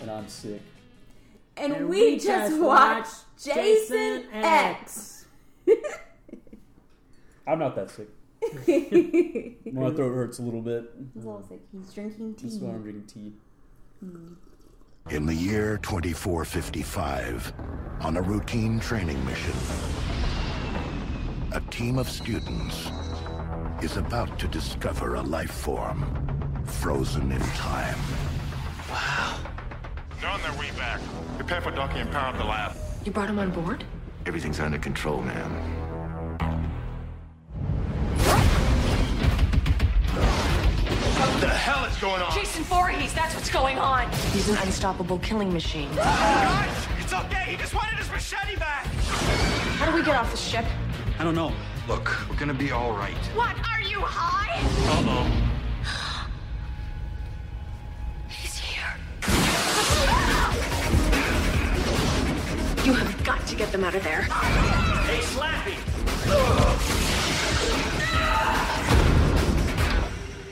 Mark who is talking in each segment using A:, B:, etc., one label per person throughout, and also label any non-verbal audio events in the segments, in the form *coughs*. A: and I'm sick.
B: And, we, just watched Jason X.
A: I'm not that sick. My throat hurts a little bit.
B: He's all sick. He's drinking
A: This
B: tea.
A: is why I'm drinking tea.
C: In the year 2455, on a routine training mission, a team of students is about to discover a life form frozen in time.
D: They're on their way back. Prepare for docking and power up the lab.
E: You brought him on board?
F: Everything's under control, ma'am.
D: What the hell is going on?
E: Jason Voorhees, that's what's going on. He's an unstoppable killing machine.
D: Guys, it's okay. He just wanted his machete back.
E: How do we get off this ship?
G: I don't know.
F: Look, we're gonna be all right.
E: What, are you high?
D: Uh-oh.
E: He's here. You have got to get them out of there.
D: Hey, Slappy.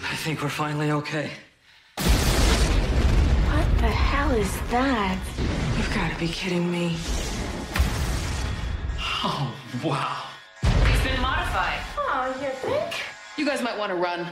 H: I think we're finally okay.
E: What the hell is that?
H: You've got to be kidding me. Oh, wow.
E: He's been modified. Oh, you think? You guys might want to run.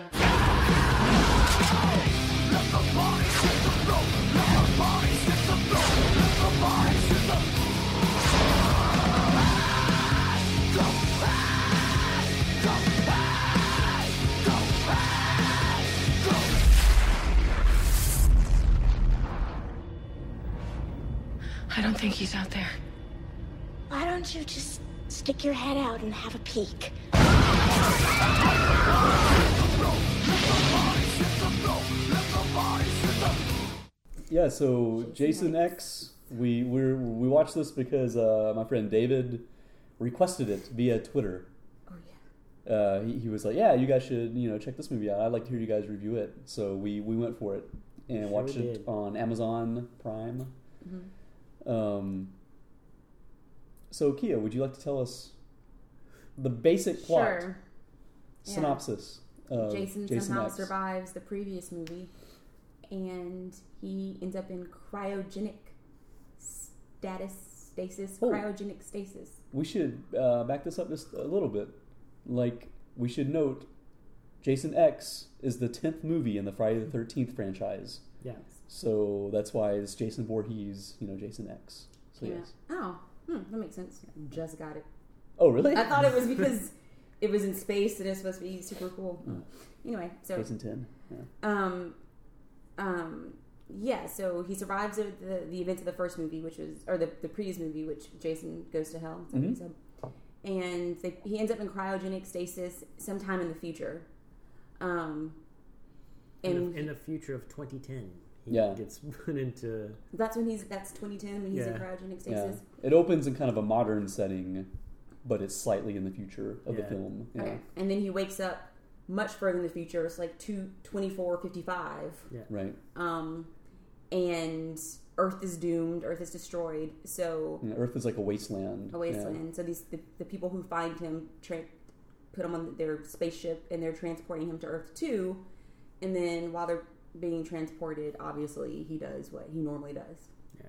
H: I don't think he's out there.
I: Why don't you just stick your head out and have a peek?
A: Yeah, so Jason X, we we're, we watched this because uh, my friend David requested it via Twitter. Uh, he, he was like, "Yeah, you guys should you know check this movie out. I'd like to hear you guys review it." So we we went for it and watched it
J: did.
A: on Amazon Prime. Um, so Kia, would you like to tell us the basic plot
B: Sure. Yeah.
A: synopsis of
B: Jason,
A: Jason,
B: somehow
A: X?
B: survives the previous movie, and he ends up in cryogenic status stasis.
A: Oh.
B: Cryogenic stasis.
A: we should uh, back this up just a little bit. Like, we should note Jason X is the 10th movie in the Friday the 13th franchise.
J: Yeah.
A: So that's why it's Jason Voorhees, you know, Jason X. So,
B: Yeah.
A: yes.
B: Oh, hmm, that makes sense. Just got it.
A: Oh, really?
B: I thought it was because it was in space and it's supposed to be super *laughs* cool. Anyway, so
A: Jason 10. Yeah.
B: um, um, yeah, so he survives the, the, the events of the first movie, which was, or the, the previous movie, which Jason goes to hell. is that what
A: Mm-hmm.
B: he said? And they, he ends up in cryogenic stasis sometime in the future. Um,
J: In,
B: and
J: the, in the future of 2010, he
A: Yeah.
J: gets *laughs* put into.
B: that's when he's, that's 2010 when he's in
J: Yeah.
B: cryogenic
A: yeah.
B: stasis.
A: It opens in kind of a modern setting, but it's slightly in the future of the
J: Yeah.
A: film. Yeah.
B: Okay. And then he wakes up much further in the future. It's like 2, 24, 55.
A: Right.
B: um, and Earth is doomed, Earth is destroyed. So
A: And Earth is like a wasteland.
B: a wasteland. So these the, the people who find him tra- put him on their spaceship, and they're transporting him to Earth two. And then while they're being transported, obviously he does what he normally does,
J: Yeah.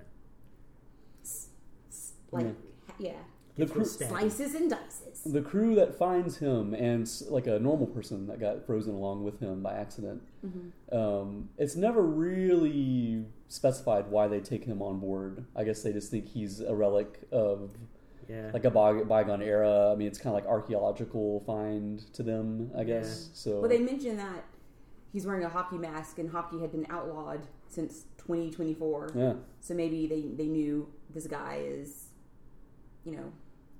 B: like yeah,
A: Yeah. The,
J: Gets
A: crew,
J: stabbed.
B: slices and dices.
A: the crew that finds him and s- like a normal person that got frozen along with him by accident
B: Mm-hmm.
A: um, it's never really specified why they take him on board i guess they just think he's a relic of
J: Yeah.
A: like a bygone bygone era i mean it's kind of like archaeological find to them i guess so
B: Well, they mentioned that he's wearing a hockey mask, and hockey had been outlawed since 2024.
A: yeah
B: So maybe they, they knew this guy is, you know,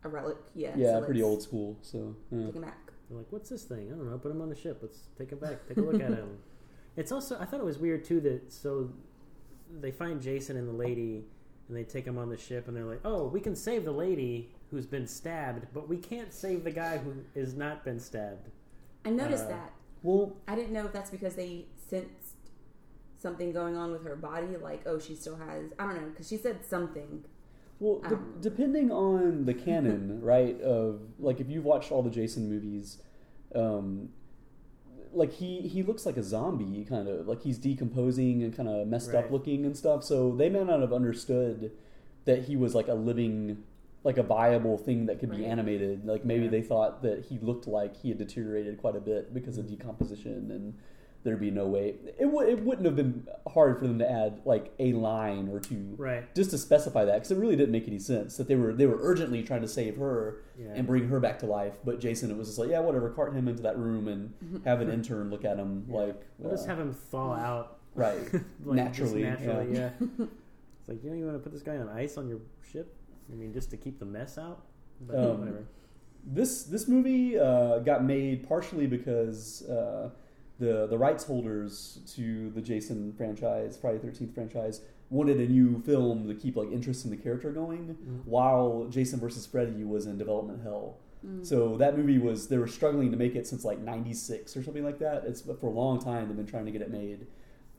B: a relic. Yeah.
A: yeah
B: so
A: pretty
B: let's
A: old school so yeah.
B: Take him back.
J: They're like, what's this thing? I don't know. Put him on the ship. Let's take him back. Take a look at
A: *laughs*
J: him. It's also, I thought it was weird too that so they find Jason and the lady and they take him on the ship and they're like, oh, we can save the lady who's been stabbed, but we can't save the guy who has not been stabbed.
B: I noticed
J: Uh,
B: that.
A: well
B: I didn't know if that's because they sensed something going on with her body, like oh she still has. I don't know because she said something.
A: Well, de-
B: Um.
A: depending on the
J: *laughs*
A: canon, right? Of like, if you've watched all the Jason movies, um, like he he looks like a zombie kind of like he's decomposing and kind of messed up
J: Right.
A: looking and stuff so they may not have understood that he was like a living like a viable thing that could be animated like maybe they thought that he looked like he had deteriorated quite a bit because
J: Mm-hmm.
A: of decomposition and there'd be no way it, would it wouldn't have been hard for them to add like a line or two
J: Right.
A: just to specify that because it really didn't make any sense that they were they were urgently trying to save her
J: Yeah.
A: and bring her back to life but jason it was just like yeah whatever cart him into that room and have an intern look at him like
J: We'll just
A: uh,
J: have him thaw out
A: right
J: *laughs* like, just
A: naturally,
J: naturally,
A: yeah. *laughs*
J: yeah. it's like you know you want to put this guy on ice on your ship. I mean, just to keep the mess out. But
A: Um,
J: whatever.
A: this this movie uh, got made partially because uh, the the rights holders to the Jason franchise, Friday Thirteenth franchise, wanted a new film to keep like interest in the character going, while Jason versus Freddy was in development hell. So that movie was they were struggling to make it since like '96 or something like that. It's for a long time they've been trying to get it made,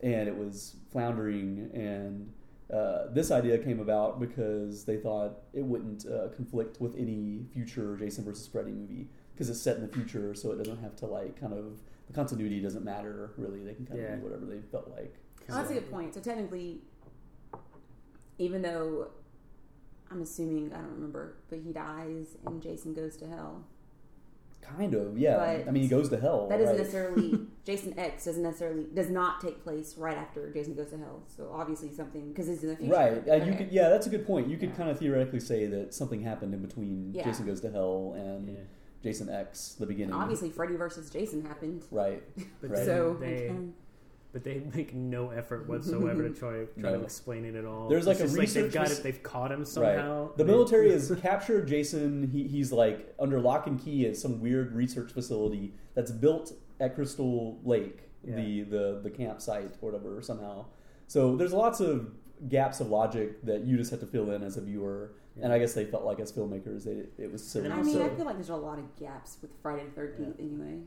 A: and it was floundering. And uh, this idea came about because they thought it wouldn't uh, conflict with any future Jason versus Freddy movie because it's set in the future, so it doesn't have to like kind of the continuity doesn't matter really. They can kind
J: Yeah.
A: of do whatever they felt like.
B: Oh, that's a good point. So technically, even though I'm assuming I don't remember, but he dies and Jason goes to hell.
A: Kind of, yeah.
B: But
A: I mean, he goes to hell.
B: That doesn't
A: right?
B: necessarily
A: *laughs*
B: Jason X doesn't necessarily does not take place right after Jason goes to hell. So obviously something because it's in the future.
A: Right. Uh, you
B: Okay.
A: could, yeah, that's a good point. You could kind of theoretically say that something happened in between
B: Yeah.
A: Jason Goes to Hell and
J: Yeah.
A: Jason X, the beginning.
B: Obviously, Freddy versus Jason happened. *laughs*
A: Right.
J: But
A: right.
B: So
J: They-
B: again,
J: But they make no effort whatsoever
A: *laughs*
J: to try, try
A: No.
J: to explain it at all.
A: There's,
J: It's
A: like, a
J: just
A: research
J: they've got
A: mis-
J: it. They've caught him somehow.
A: Right. The
J: They- *laughs*
A: military has captured Jason. He, he's like under lock and key at some weird research facility that's built at Crystal Lake, the,
J: Yeah.
A: the, the campsite or whatever, somehow. So there's lots of gaps of logic that you just have to fill in as a viewer. And I guess they felt like as filmmakers, they, it was silly.
B: I mean,
A: so, Mm.
B: I feel like there's a lot of gaps with Friday the Thirteenth anyway.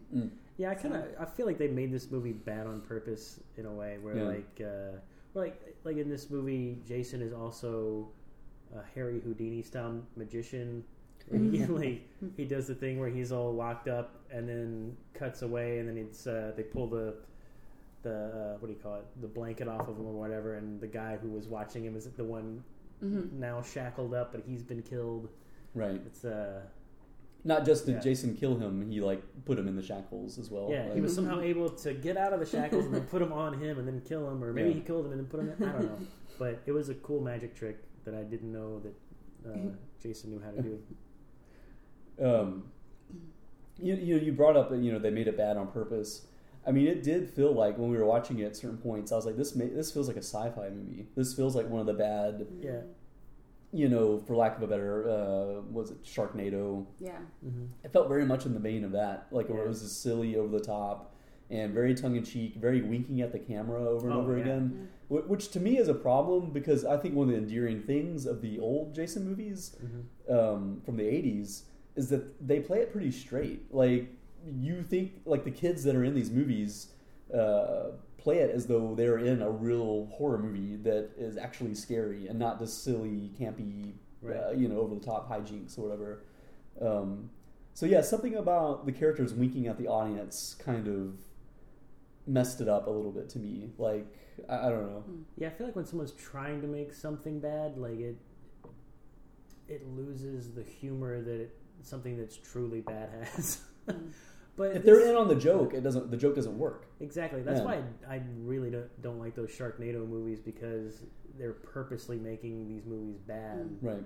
J: Yeah, I kind of I feel like they made this movie bad on purpose in a way where
A: Yeah.
J: like uh, well, like like in this movie Jason is also a Harry Houdini style magician. And He *laughs* like he does the thing where he's all locked up and then cuts away and then it's uh, they pull the the uh, what do you call it the blanket off of him or whatever and the guy who was watching him is the one now shackled up but he's been killed.
A: right.
J: It's uh
A: Not just did
J: Yeah.
A: Jason kill him, he like put him in the shackles as well.
J: Yeah,
A: like,
J: he was somehow able to get out of the shackles and then put him on him and then kill him, or maybe
A: Yeah.
J: he killed him and then put him. In, I don't
A: *laughs*
J: know, but it was a cool magic trick that I didn't know that uh, Jason knew how to do.
A: um, you, you you brought up that you know they made it bad on purpose. I mean, it did feel like when we were watching it at certain points, I was like, this ma- this feels like a sci-fi movie. This feels like one of the bad,
J: Yeah,
A: you know, for lack of a better, uh, was it Sharknado?
B: Yeah,
A: It felt very much in the vein of that, like where it
J: Yeah.
A: was just silly, over the top, and very tongue in cheek, very winking at the camera over and
J: Oh,
A: over
J: yeah.
A: again. Wh- Which to me is a problem because I think one of the endearing things of the old Jason movies
J: Mm-hmm.
A: um, from the '80s is that they play it pretty straight. Like you think, like the kids that are in these movies uh, play it as though they're in a real horror movie that is actually scary and not just silly, campy, uh,
J: Right.
A: you know, over the top hijinks or whatever. Um, so yeah, something about the characters winking at the audience kind of messed it up a little bit to me. Like I, I don't know.
J: yeah. I feel like when someone's trying to make something bad, like it, it loses the humor that it, something that's truly bad has. *laughs* but
A: If they're
J: this-
A: in on the joke, it doesn't. The joke doesn't work.
J: Exactly. That's
A: Yeah.
J: why I, I really don't, don't like those Sharknado movies because they're purposely making these movies bad.
A: Right.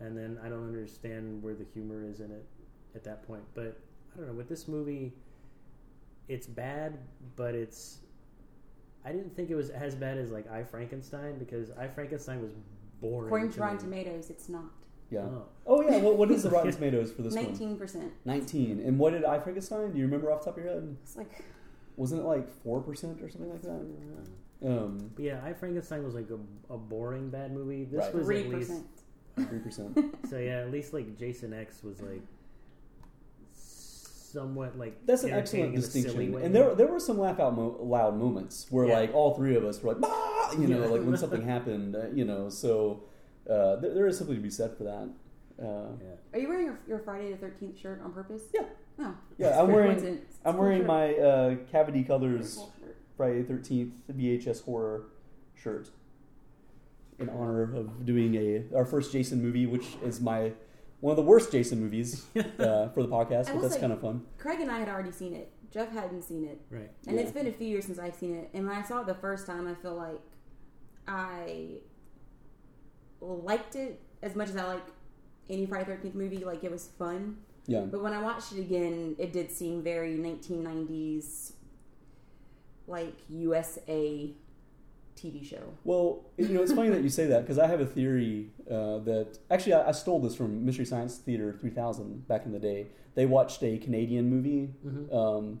J: and then I don't understand where the humor is in it at that point. But I don't know with this movie, it's bad, but it's I didn't think it was as bad as like I Frankenstein because I Frankenstein was boring.
B: according
J: to
B: to Rotten
J: me.
B: Tomatoes, it's not
A: Yeah.
J: Oh.
A: Oh yeah. What, what is the Rotten Tomatoes for this one?
B: nineteen percent.
A: Nineteen. And what did I Frankenstein? Do you remember off the top of your head?
B: It's like
A: Wasn't it like four percent or something like that? Um,
J: But yeah, I Frankenstein was like a, a boring bad movie. This
A: Right.
J: was
B: three
J: at least
B: percent.
A: three percent.
J: so yeah. At least like Jason X was like somewhat like
A: That's an
J: entertaining
A: excellent
J: in a silly
A: distinction.
J: way.
A: And there, there were some laugh out mo- loud moments where
J: Yeah.
A: like all three of us were like, "Ah!" you know,
J: Yeah.
A: like when something happened, uh, you know. So uh, there, there is something to be said for that. Uh,
J: yeah.
B: Are you wearing your, your Friday the Thirteenth shirt on purpose?
A: yeah.
B: Oh,
A: Yeah, I'm wearing
B: Coincidence.
A: I'm
B: Cool
A: wearing
B: shirt.
A: my uh, Cavity Colors
B: Cool shirt.
A: Friday the 13th VHS horror shirt in honor of doing a our first Jason movie, which is my one of the worst Jason movies uh, for the podcast,
B: I
A: but
B: will
A: that's
B: say-
A: kind of fun.
B: Craig and I had already seen it. Jeff hadn't seen it,
J: Right.
B: and
A: Yeah.
B: it's been a few years since I've seen it. And when I saw it the first time, I feel like I liked it as much as I like any Friday Thirteenth movie. Like it was fun,
A: Yeah,
B: but when I watched it again, it did seem very 1990s, like USA TV show.
A: Well, you know, it's funny that you say that because I have a theory uh, that actually I, I stole this from Mystery Science Theater 3000 back in the day. They watched a Canadian movie, um,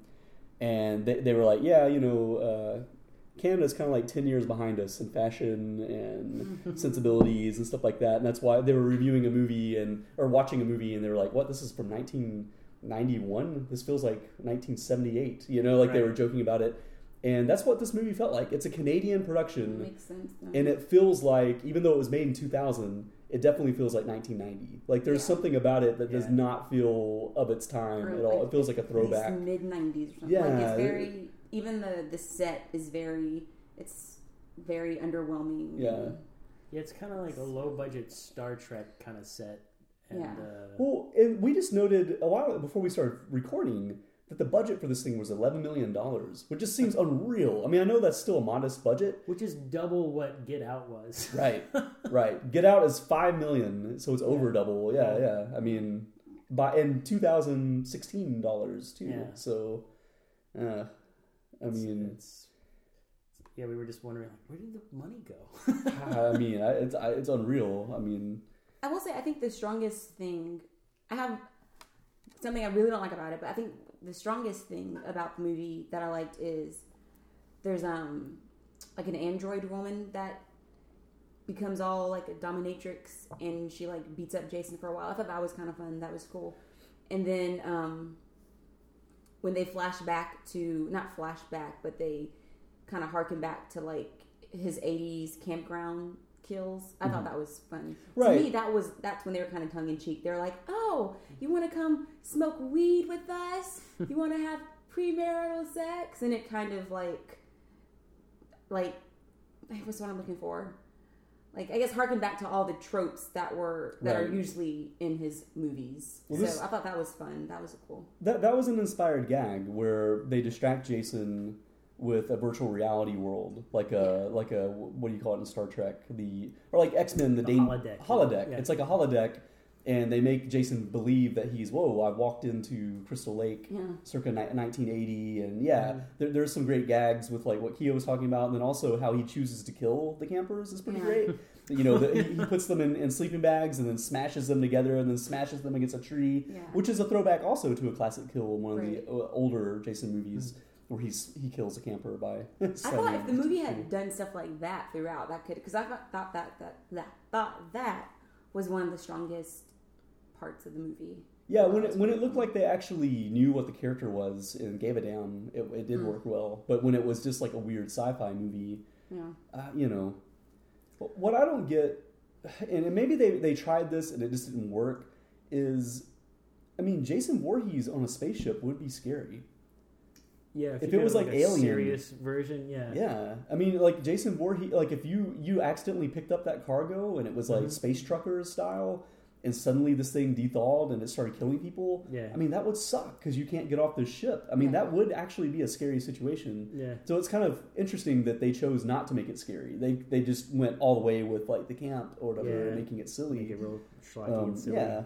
A: and they, they were like, "Yeah, you know, uh, Canada's kind of like 10 years behind us in fashion and sensibilities and stuff like that." And that's why they were reviewing a movie and or watching a movie, and they were like, "What? This is from 1991. This feels like 1978." You know, like they
J: Right.
A: were joking about it. And that's what this movie felt like. It's a Canadian production
B: Makes sense. though.
A: and it feels like even though it was made in 2000 it definitely feels like 1990 like there's something about it that does
J: Yeah.
A: not feel of its time at all it feels like a throwback
B: mid nineties or something. like
A: Yeah,
B: it's
A: it-
B: very even the the set is very it's very underwhelming.
A: yeah
J: Yeah, it's kind of like a low budget Star Trek kind of set. And,
B: Yeah.
J: Uh,
A: well and we just noted a while before we started recording that the budget for this thing was 11 million dollars which just seems unreal i mean i know that's still a modest budget
J: which is double what Get Out was. *laughs*
A: right *laughs* right get out is 5 million so it's over double yeah yeah i mean by in 2016 dollars too
J: Yeah.
A: so uh, i mean
J: It's- yeah, we were just wondering like, where did the money go? *laughs*
A: *laughs* I mean, I, it's I, it's unreal. I mean,
B: I will say I think the strongest thing I have something I really don't like about it, but I think the strongest thing about the movie that I liked is there's um like an android woman that becomes all like a dominatrix and she like beats up Jason for a while. I thought that was kind of fun. That was cool. And then um when they flash back to not flash back, but they kind of harken back to like his 80s campground kills. I thought that was fun. To me
A: Right.
B: that was that's when they were kind of tongue in cheek. They're like, "Oh, you want to come smoke weed with us? You want to have premarital sex?" And it kind of like like *sighs* what's the one I'm looking for? Like I guess harken back to all the tropes that were that
A: Right.
B: are usually in his movies.
A: Well,
B: so
A: this-
B: I thought that was fun. That was cool.
A: that that was an inspired gag where they distract Jason with a virtual reality world, like a like a what do you call it in Star Trek? The or like X Men, the,
J: The
A: Dan-
J: holodeck.
A: holodeck.
J: Yeah.
A: It's like a holodeck, and they make Jason believe that he's whoa, I walked into Crystal Lake,
B: Yeah.
A: circa ni- 1980, and yeah, there, there's some great gags with like what Keo was talking about, and then also how he chooses to kill the campers is pretty
B: Yeah. *laughs*
A: great. You know, the, he, he puts them in, in sleeping bags and then smashes them together and then smashes them against a tree,
B: Yeah.
A: which is a throwback also to a classic kill in one of
B: Right.
A: the uh, older Jason movies where he's he kills a camper by. *laughs*
B: I thought if the movie had done stuff like that throughout, that could because I thought, thought that that that thought that was one of the strongest parts of the movie.
A: Yeah, when it, when it looked like they actually knew what the character was and gave a damn, it, it
B: Hmm.
A: did work well. But when it was just like a weird sci-fi movie,
B: Yeah.
A: uh, you know, But what I don't get, *sighs* and maybe they, they tried this and it just didn't work, is, I mean, Jason Voorhees on a spaceship would be scary.
J: yeah, if,
A: If
J: you
A: it was
J: did,
A: like
J: a
A: Alien.
J: serious version, yeah,
A: Yeah, I mean, like Jason Voorhees, like if you you accidentally picked up that cargo and it was like
J: Mm-hmm.
A: space trucker style, and suddenly this thing thawed and it started killing people.
J: Yeah.
A: I mean that would suck because you can't get off this ship. I mean
B: Yeah.
A: that would actually be a scary situation.
J: Yeah.
A: So it's kind of interesting that they chose not to make it scary. They they just went all the way with like the camp or whatever,
J: Yeah.
A: making it silly.
J: Make it real schlocky
A: Um,
J: and silly.
A: Yeah,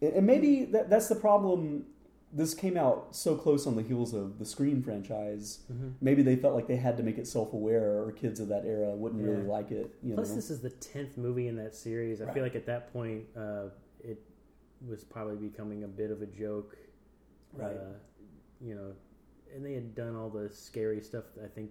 A: and, and maybe that, that's the problem. This came out so close on the heels of the Scream franchise.
J: Mm-hmm.
A: Maybe they felt like they had to make it self-aware, or kids of that era wouldn't really
J: Yeah.
A: like it. You
J: Plus,
A: know?
J: this is the tenth movie in that series. I feel like at that point, uh, it was probably becoming a bit of a joke,
A: Right.
J: Uh, you know, and they had done all the scary stuff. That I think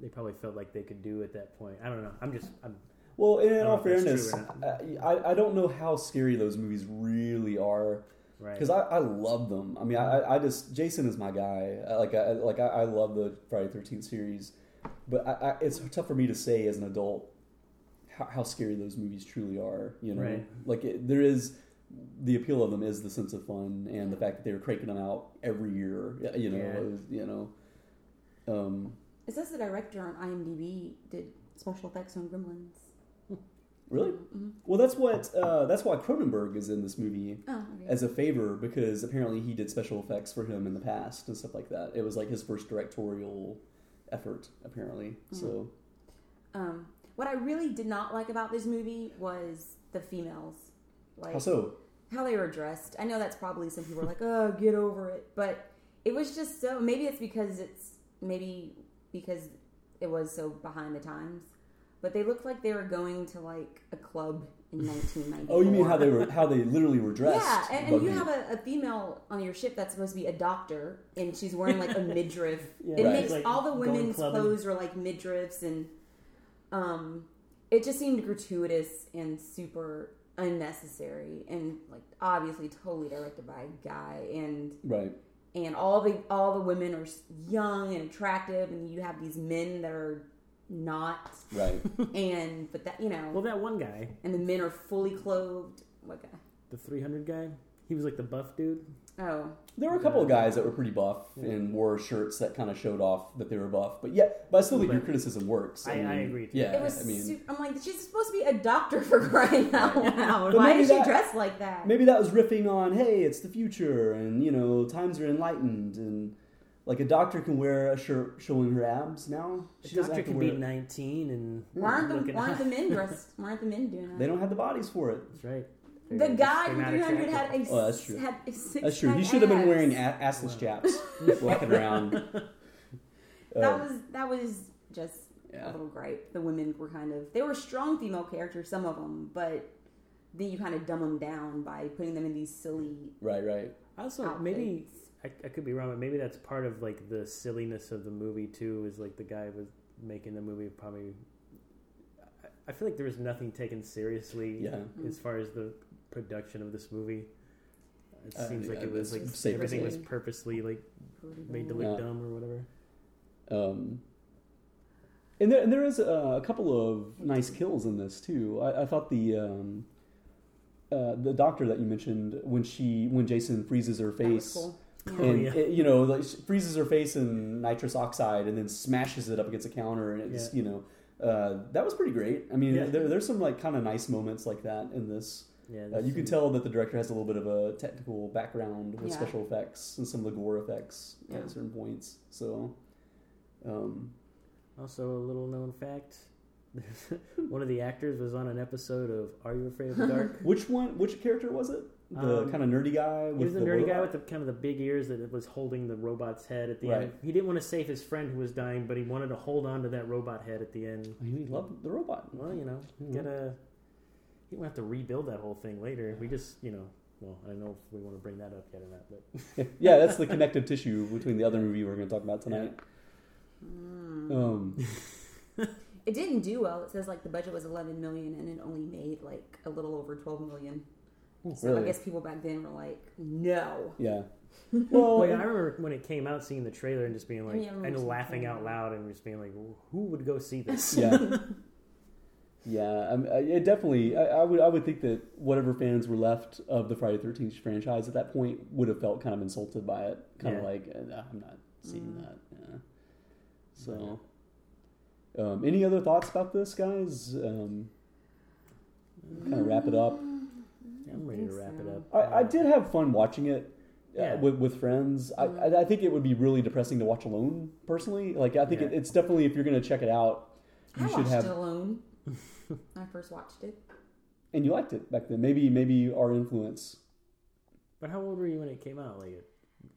J: they probably felt like they could do at that point. I don't know. I'm just, I'm,
A: well, in, in
J: don't
A: all
J: know if that's
A: fairness,
J: true
A: I, I I don't know how scary those movies really are.
J: Right.
A: Because I, I love them. I mean, I, I- I just Jason is my guy. I- Like I like I, I love the Friday Thirteenth series, but I, I, it's tough for me to say as an adult how, how scary those movies truly are. You know,
J: Right.
A: like it, there is the appeal of them is the sense of fun and the fact that they were cranking them out every year. y- You know,
J: Yeah.
A: it was, you know. Um,
B: It says the director on IMDb did special effects on Gremlins.
A: really?
B: Mm-hmm.
A: Well, that's what uh, that's why Cronenberg is in this movie
B: Oh, okay.
A: as a favor because apparently he did special effects for him in the past and stuff like that. It was like his first directorial effort, apparently.
B: Mm-hmm.
A: So
B: Um, what I really did not like about this movie was the females. Like,
A: how so?
B: how they were dressed. I know that's probably some people were like, "Oh, get over it," but it was just so. Maybe it's because it's maybe because it was so behind the times. But they looked like they were going to like a club in 1990.
A: Oh, you mean how they were how they literally were dressed?
B: Yeah, and, and
A: bugged
B: you
A: me.
B: have a, a female on your ship that's supposed to be a doctor, and she's wearing
J: *laughs*
B: like a midriff. it
J: Right.
B: makes
J: like
B: all the
J: going
B: women's
J: clubbing.
B: clothes are like midriffs, and um, it just seemed gratuitous and super unnecessary, and like obviously totally directed by a guy, and
A: right.
B: and all the all the women are s- young and attractive, and you have these men that are
J: *laughs*
B: not, *laughs*
A: Right.
B: and but that you know,
J: Well, that one guy,
B: and the men are fully clothed. What guy?
J: the 300 guy, he was like the buff dude.
B: Oh,
A: There were a couple of guys that were pretty buff and wore shirts that kind of showed off that they were buff. But yeah, but I still think your criticism works.
J: I- I
A: mean,
J: agree, too.
A: Yeah,
B: It was.
A: I mean,
B: super, I'm like, she's supposed to be a doctor for
A: *laughs*
B: crying out loud.
A: But
B: Why
A: maybe
B: is she
A: that-
B: dressed like that?
A: maybe that was riffing on, hey, it's the future, and you know, times are enlightened, and like a doctor can wear a shirt showing her abs now.
J: The
A: doesn't
J: doctor
A: have to
J: can
A: wear
J: be
A: it.
J: 19 and
B: why aren't the
J: looking
B: Why aren't the
J: *laughs* hot.
B: men dressed? Why aren't the men doing
A: They
B: that?
A: don't have the bodies for it.
J: That's right.
B: The guy from
J: not
B: 300 had
J: attractive.
B: a,
A: Oh, that's
B: s-
A: true.
B: had a six
A: That's true. He should have been wearing a- assless chaps,
B: *laughs*
A: walking around.
B: That was that was just
A: oh. Yeah.
B: a little gripe. The women were kind of they were strong female characters, some of them, but then you kind of dumb them down by putting them in these silly.
A: Right, right.
J: Also, maybe I, I could be wrong, but maybe that's part of like the silliness of the movie too. Is like the guy was making the movie probably. I- I feel like there was nothing taken seriously
A: Yeah.
J: as far as the production of this movie. It
A: Uh,
J: seems like
A: yeah,
J: it was like
A: that's safe to
J: everything was
A: say.
J: purposely like made to look
A: Yeah.
J: dumb or whatever.
A: Um, and there, and there is uh, a couple of nice kills in this too. I, I thought the um, uh, the doctor that you mentioned when she when Jason freezes her
B: That was
A: face.
B: cool.
A: And
J: yeah.
A: it- you know, like she freezes her face in nitrous oxide, and then smashes it up against a counter, and it's
J: Yeah.
A: you know uh, that was pretty great. I mean,
J: Yeah.
A: there, there's some like kind of nice moments like that in this.
J: Yeah,
A: Uh, you can
J: that's-
A: tell that the director has a little bit of a technical background with
B: Yeah.
A: special effects and some of the gore effects
B: Yeah.
A: at certain points. So, um,
J: Also, a little known fact: *laughs* there's- one of the actors was on an episode of Are You Afraid of the
A: *laughs*
J: Dark?
A: Which one? Which character was it? The
J: Um,
A: kind of nerdy guy
J: He was
A: with
J: the,
A: the
J: nerdy guy with
A: robot?
J: the kind of the big ears that was holding the robot's head at the
A: Right.
J: end. He didn't want to save his friend who was dying, but he wanted to hold on to that robot head at the end.
A: Oh, He loved the
J: *laughs*
A: robot.
J: Well, you know,
A: Mm-hmm.
J: gotta. He won't have to rebuild that whole thing later. We just, you know, well, I don't know if we want to bring that up yet or not, but
A: yeah, that's the connective tissue between the other movie we're going to talk about tonight. Um,
B: It didn't do well. It says like the budget was 11 million and it only made like a little over 12 million. So
A: Oh, really?
B: I guess people back then were like, no.
J: *laughs*
A: yeah. Well,
J: well, yeah, I remember when it came out, seeing the trailer and just being like,
B: Yeah, I remember
J: and
B: seeing the
J: laughing out
B: trailer.
J: loud and just being like, who would go see
A: *laughs*
J: this? *laughs*
A: yeah, yeah. I mean, I- it definitely. I, I would. I would think that whatever fans were left of the Friday Thirteenth franchise at that point would have felt kind of insulted by it. Kind of
J: Yeah. Mm.
A: like, uh, nah, I'm not seeing that. Yeah. So, um, any other thoughts about this, guys? Um, kind of wrap it up.
J: I'm ready to wrap it up.
A: I, I did have fun watching it
J: Mm.
A: uh,
J: Yeah. Mm.
A: with, with friends. I, I, I think it would be really depressing to watch alone, personally. Like, I think
J: Yeah.
A: it, it's definitely, if you're going to check it out, you
B: I
A: should
B: watched
A: have.
B: it
A: *laughs*
B: alone. when I first watched it.
A: And you liked it back then. Maybe, maybe our influence.
J: But how old were you when it came out? Like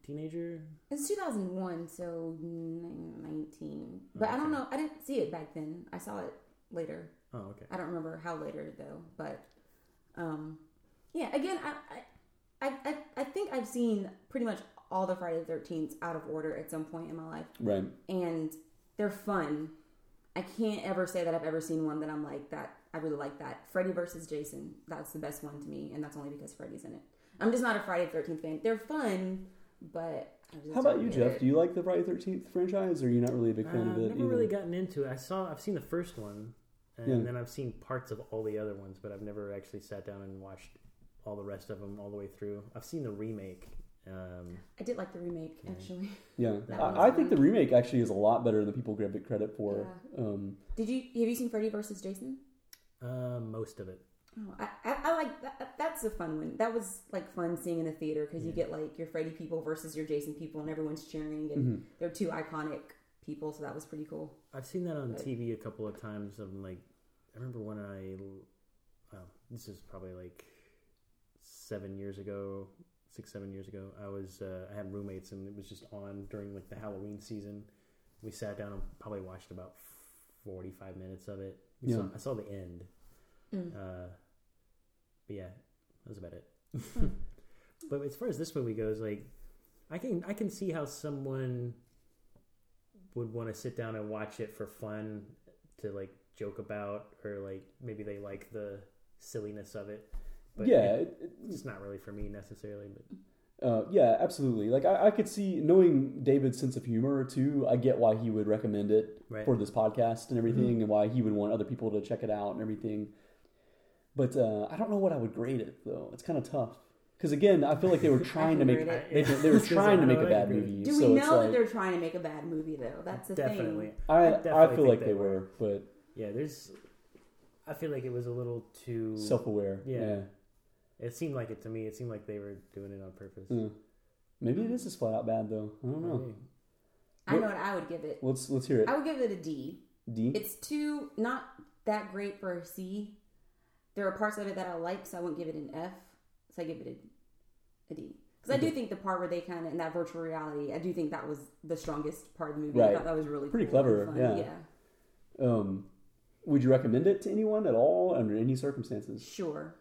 J: a teenager?
B: It's 2001, so 19. But I don't know. I didn't see it back then. I saw it later.
J: Oh, okay.
B: I don't remember how later though. But um, yeah, again, I, I, I, I think I've seen pretty much all the Friday the 13th out of order at some point in my life.
A: Right.
B: and they're fun. I can't ever say that I've ever seen one that I'm like that. I really like that. Freddy versus Jason. That's the best one to me, and that's only because Freddy's in it. I'm just not a Friday the Thirteenth fan. They're fun, but I just
A: How about
B: don't
A: you,
B: get
A: Jeff?
B: it.
A: Do you like the Friday 13th franchise, or are you not really a big
J: Uh,
A: fan
J: I've
A: of it
J: never
A: either?
J: really gotten into it. I saw, I've seen the first one, and
A: Yeah.
J: then I've seen parts of all the other ones, but I've never actually sat down and watched all the rest of them all the way through. I've seen the remake. Um,
B: I did like the remake actually. *laughs*
A: Yeah,
B: That one's
A: I, I think the remake actually is a lot better than people give it credit for. Um,
B: Did you have you seen Freddy versus Jason?
J: uh, most of it.
B: Oh, I, I, I like that. That's a fun one. That was like fun seeing in the theater because you get like your Freddy people versus your Jason people, and everyone's cheering, and
A: Mm-hmm.
B: they're two iconic people, so that was pretty cool.
J: I've seen that on TV a couple of times. Of like, I remember when I, oh, this is probably like seven years ago, six seven years ago. I was uh, I had roommates and it was just on during like the Halloween season. We sat down and probably watched about forty five minutes of it. We saw,
A: Yeah.
J: I saw the end, uh, but yeah, that was about it. but as far as this movie goes, like I can I can see how someone would want to sit down and watch it for fun to like joke about or like maybe they like the silliness of it. But
A: yeah,
J: it-
A: it- it-
J: it's not really for me necessarily, but
A: Uh, yeah, absolutely. Like I, I could see knowing David's sense of humor too. I get why he would recommend it
J: Right.
A: for this podcast and everything, and why he would want other people to check it out and everything. But uh, I don't know what I would grade it though. It's kind of tough because again, I feel like they were trying to
B: can
A: make
B: grade
A: they,
B: it.
A: they were
J: This is
A: trying to make a
J: another
A: bad
J: grade.
A: movie.
B: Do we
A: so
B: know
A: it's
B: that
A: like,
B: they're trying to make a bad movie though? That's the
J: definitely.
B: thing.
A: I
J: definitely
A: I feel
J: think
A: like
J: they
A: they were, but
J: Yeah, there's I feel like it was a little too
A: self aware. Yeah.
J: Yeah. it seemed like it to me. It seemed like they were doing it on purpose.
A: Mm. maybe it is just flat out bad though. I don't know.
B: I know what I would give it.
A: Let's let's hear it.
B: I would give it a D.
A: D.
B: It's too not that great for a C. There are parts of it that I like, so I won't give it an F. So I give it a, a D. Because I do think the part where they kind of in that virtual reality, I do think that was the strongest part of the movie. I
A: Right.
B: thought that was really
A: Pretty
B: cool and
A: clever,
B: fun.
A: yeah.
B: yeah,
A: Um, would you recommend it to anyone at all under any circumstances?
B: sure.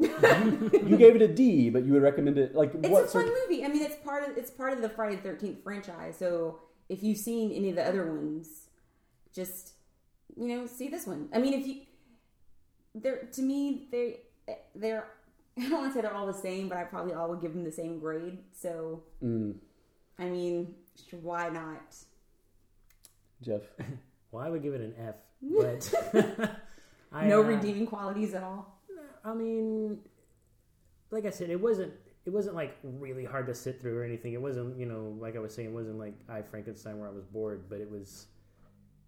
A: you gave it a D, but you would recommend it like
B: It's
A: what
B: a
A: sort
B: fun
A: of
B: movie. I mean, it's part of it's part of the Friday the Thirteenth franchise. So if you've seen any of the other ones, just you know, see this one. I mean, if you they're to me they they're *laughs* I don't want to say they're all the same, but I probably all would give them the same grade. So
A: Mm.
B: I mean, sh- why not? *laughs*
A: Jeff?
J: Well, I would give it an F, but *laughs* I,
B: No
J: uh,
B: redeeming qualities at all.
J: I mean, like I said, it wasn't it wasn't like really hard to sit through or anything. It wasn't you know like I was saying, it wasn't like I Frankenstein where I was bored, but it was.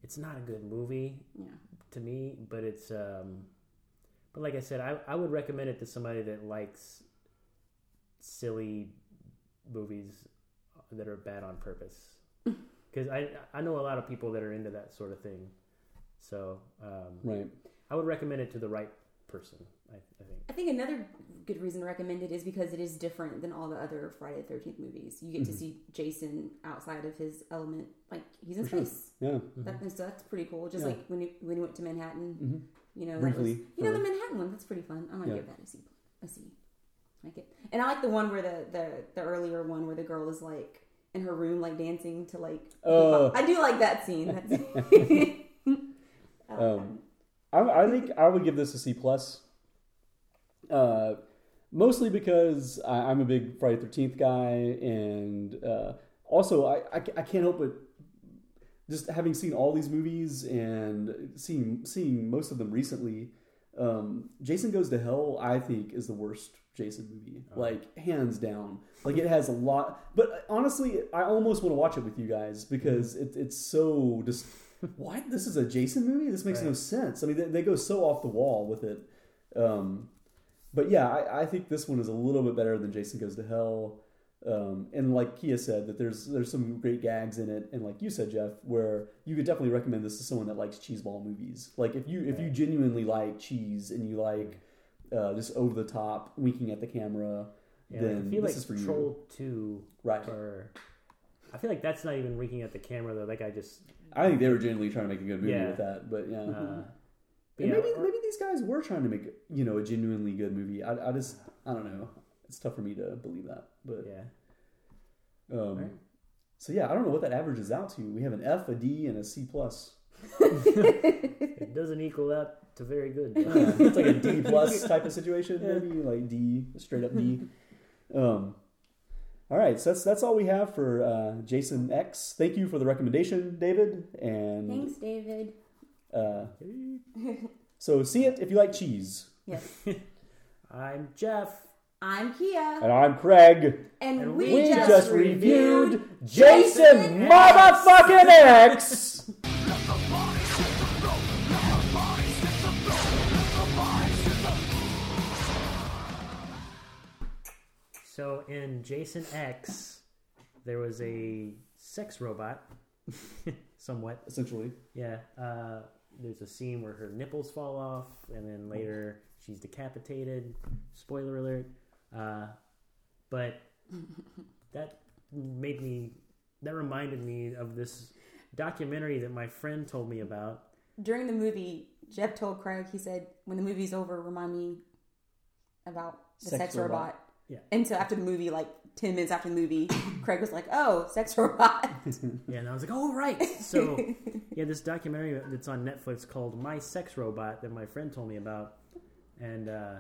J: It's not a good movie
B: Yeah.
J: to me, but it's um, but like I said, I I would recommend it to somebody that likes silly movies that are bad on purpose because I I know a lot of people that are into that sort of thing, so um,
A: Right.
J: I would recommend it to the right person. I, I think.
B: I think another good reason to recommend it is because it is different than all the other Friday the Thirteenth movies. You get to
A: Mm-hmm.
B: see Jason outside of his element, like he's in space.
A: Yeah.
B: That, and so that's pretty cool. Just
A: Yeah. Mm-hmm.
B: like when he, when he went to Manhattan, you know, that
A: Briefly,
B: was, you know the
A: or-
B: Manhattan one. That's pretty fun. I'm gonna
A: Yeah.
B: give that a C. A C. Like it, and I like the one where the the the earlier one where the girl is like in her room like dancing to like. hip hop.
A: Oh.
B: I do like
A: *laughs*
B: that scene. That's, *laughs*
A: Um, I, I think I would give this a C plus. Uh, mostly because I, I'm a big Friday Thirteenth guy, and uh, also I, I ca- I can't help but just having seen all these movies and seeing seeing most of them recently. Um, Jason Goes to Hell, I think, is the worst Jason movie, like hands down. Like it has a lot, but uh, honestly, I almost want to watch it with you guys because it, it's so just *laughs* what this is a Jason movie. This makes no sense. I mean, they, they go so off the wall with it. Um, but yeah, I, I think this one is a little bit better than Jason Goes to Hell. Um, and like Kia said, that there's there's some great gags in it, and like you said, Jeff, where you could definitely recommend this to someone that likes cheeseball movies. Like if you if you genuinely like cheese and you like uh, just over the top winking at the camera,
J: Yeah, like,
A: then
J: I feel
A: this
J: like
A: is for you.
J: Troll Two,
A: Right.
J: Or I feel like that's not even winking at the camera though. That guy just
A: I think they were genuinely trying to make a good movie
J: Yeah.
A: with that, but yeah.
J: uh, but
A: And
J: yeah,
A: maybe
J: or-
A: maybe these guys were trying to make you know a genuinely good movie. I, I just I don't know. It's tough for me to believe that, but
J: yeah.
A: um, so yeah, I don't know what that averages out to. We have an F, a D, and a C plus.
J: It doesn't equal up to very good.
A: *laughs*
J: Uh,
A: Yeah, it's like a D plus type of situation, maybe like D, straight up D. Um, all right, so that's that's all we have for uh, Jason X. Thank you for the recommendation, David. And
B: Thanks, David.
A: Uh, so see it if you like cheese.
B: Yes.
J: I'm Jeff.
B: I'm Kia,
A: And I'm Craig.
B: and, we,
J: we
A: We
B: just,
A: just,
B: reviewed.
A: reviewed Jason Motherfucking X.
J: So in Jason X, there was a sex robot, *laughs* somewhat.
A: Essentially,
J: Yeah. Uh, there's a scene where her nipples fall off, and then later she's decapitated. Spoiler alert. Uh, but that made me. That reminded me of this documentary that my friend told me about.
B: During the movie, Jeff told Craig, he said, when the movie's over, remind me about the sex,
A: Sex
B: robot.
A: robot.
J: Yeah.
B: And so after the movie, like 10 minutes after the movie, *coughs* Craig was like, oh, sex *laughs* robot.
J: *laughs* Yeah, and I was like, oh, right. So, yeah, this documentary that's on Netflix called My Sex Robot that my friend told me about. And uh,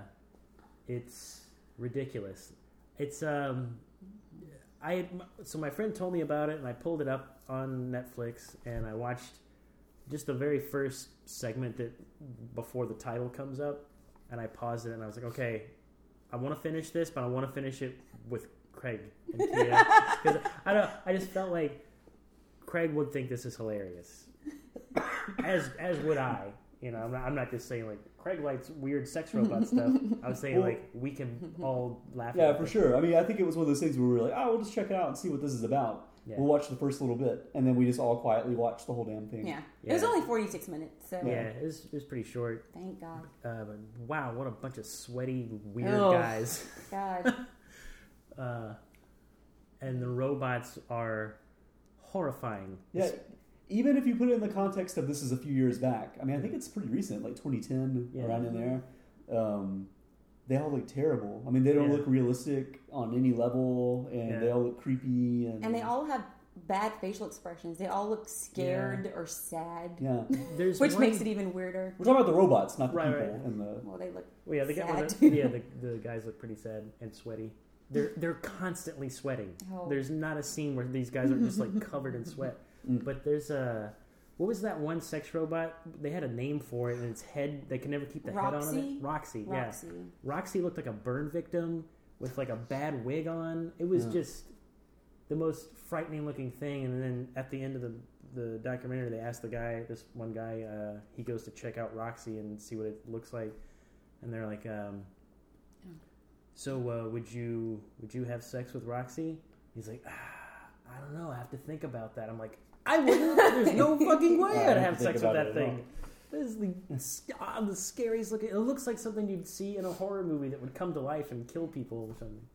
J: it's ridiculous. It's, um, I, so my friend told me about it and I pulled it up on Netflix and I watched just the very first segment that before the title comes up. And I paused it and I was like, okay, I want to finish this, but I want to finish it with Craig and Kia. 'Cause I don't, I just felt like Craig would think this is hilarious, as as would I. You know, I'm not, I'm not just saying like Craig likes weird sex robot stuff. I was saying
A: Well-
J: like we can all laugh.
A: yeah,
J: at
A: for
J: it.
A: sure. I mean, I think it was one of those things where we were like, "Ah, we'll just check it out and see what this is about."
J: Yeah.
A: We'll watch the first little bit, and then we just all quietly watch the whole damn thing.
B: Yeah. It was
J: Yeah.
B: only 46 minutes, so
J: Yeah, it was, it was pretty short.
B: thank God.
J: Uh, but wow, what a bunch of sweaty weird
B: Oh.
J: guys.
B: God.
J: And the robots are horrifying.
A: Yeah. Even if you put it in the context of this is a few years back, I mean, I think it's pretty recent, like 2010,
J: Yeah.
A: around in there. Um, they all look terrible. I mean, they don't
J: Yeah.
A: look realistic on any level, and
J: Yeah.
A: they all look creepy. And,
B: and they all have bad facial expressions. They all look scared or sad,
A: yeah.
J: There's
B: which
J: one-
B: makes it even weirder.
A: We're talking about the robots, not the
J: Right,
A: people.
J: right.
A: And the
B: Well, they look
J: Well, yeah, they got one
B: sad.
J: of the, yeah, the, the guys look pretty sad and sweaty. They're they're constantly sweating.
B: Oh.
J: There's not a scene where these guys are just
B: *laughs*
J: like covered in sweat.
B: Mm.
J: But there's a what was that one sex robot? They had a name for it, and its head they can never keep the head on
B: Roxy?
J: it. Roxy,
B: Roxy.
J: yeah. Roxy looked like a burn victim with like a bad wig on. It was just the most frightening looking thing. And then at the end of the the documentary, they asked the guy, this one guy, uh, he goes to check out Roxy and see what it looks like, and they're like, um, "So uh, would you would you have sex with Roxy?" He's like, ah, "I don't know. I have to think about that." I'm like, "I wouldn't. There's
A: *laughs*
J: no fucking way I'd
A: didn't
J: have
A: think
J: sex with
A: about
J: that
A: it at all.
J: thing." This is the, ah, the scariest looking. It looks like something you'd see in a horror movie that would come to life and kill people or something.
B: *laughs*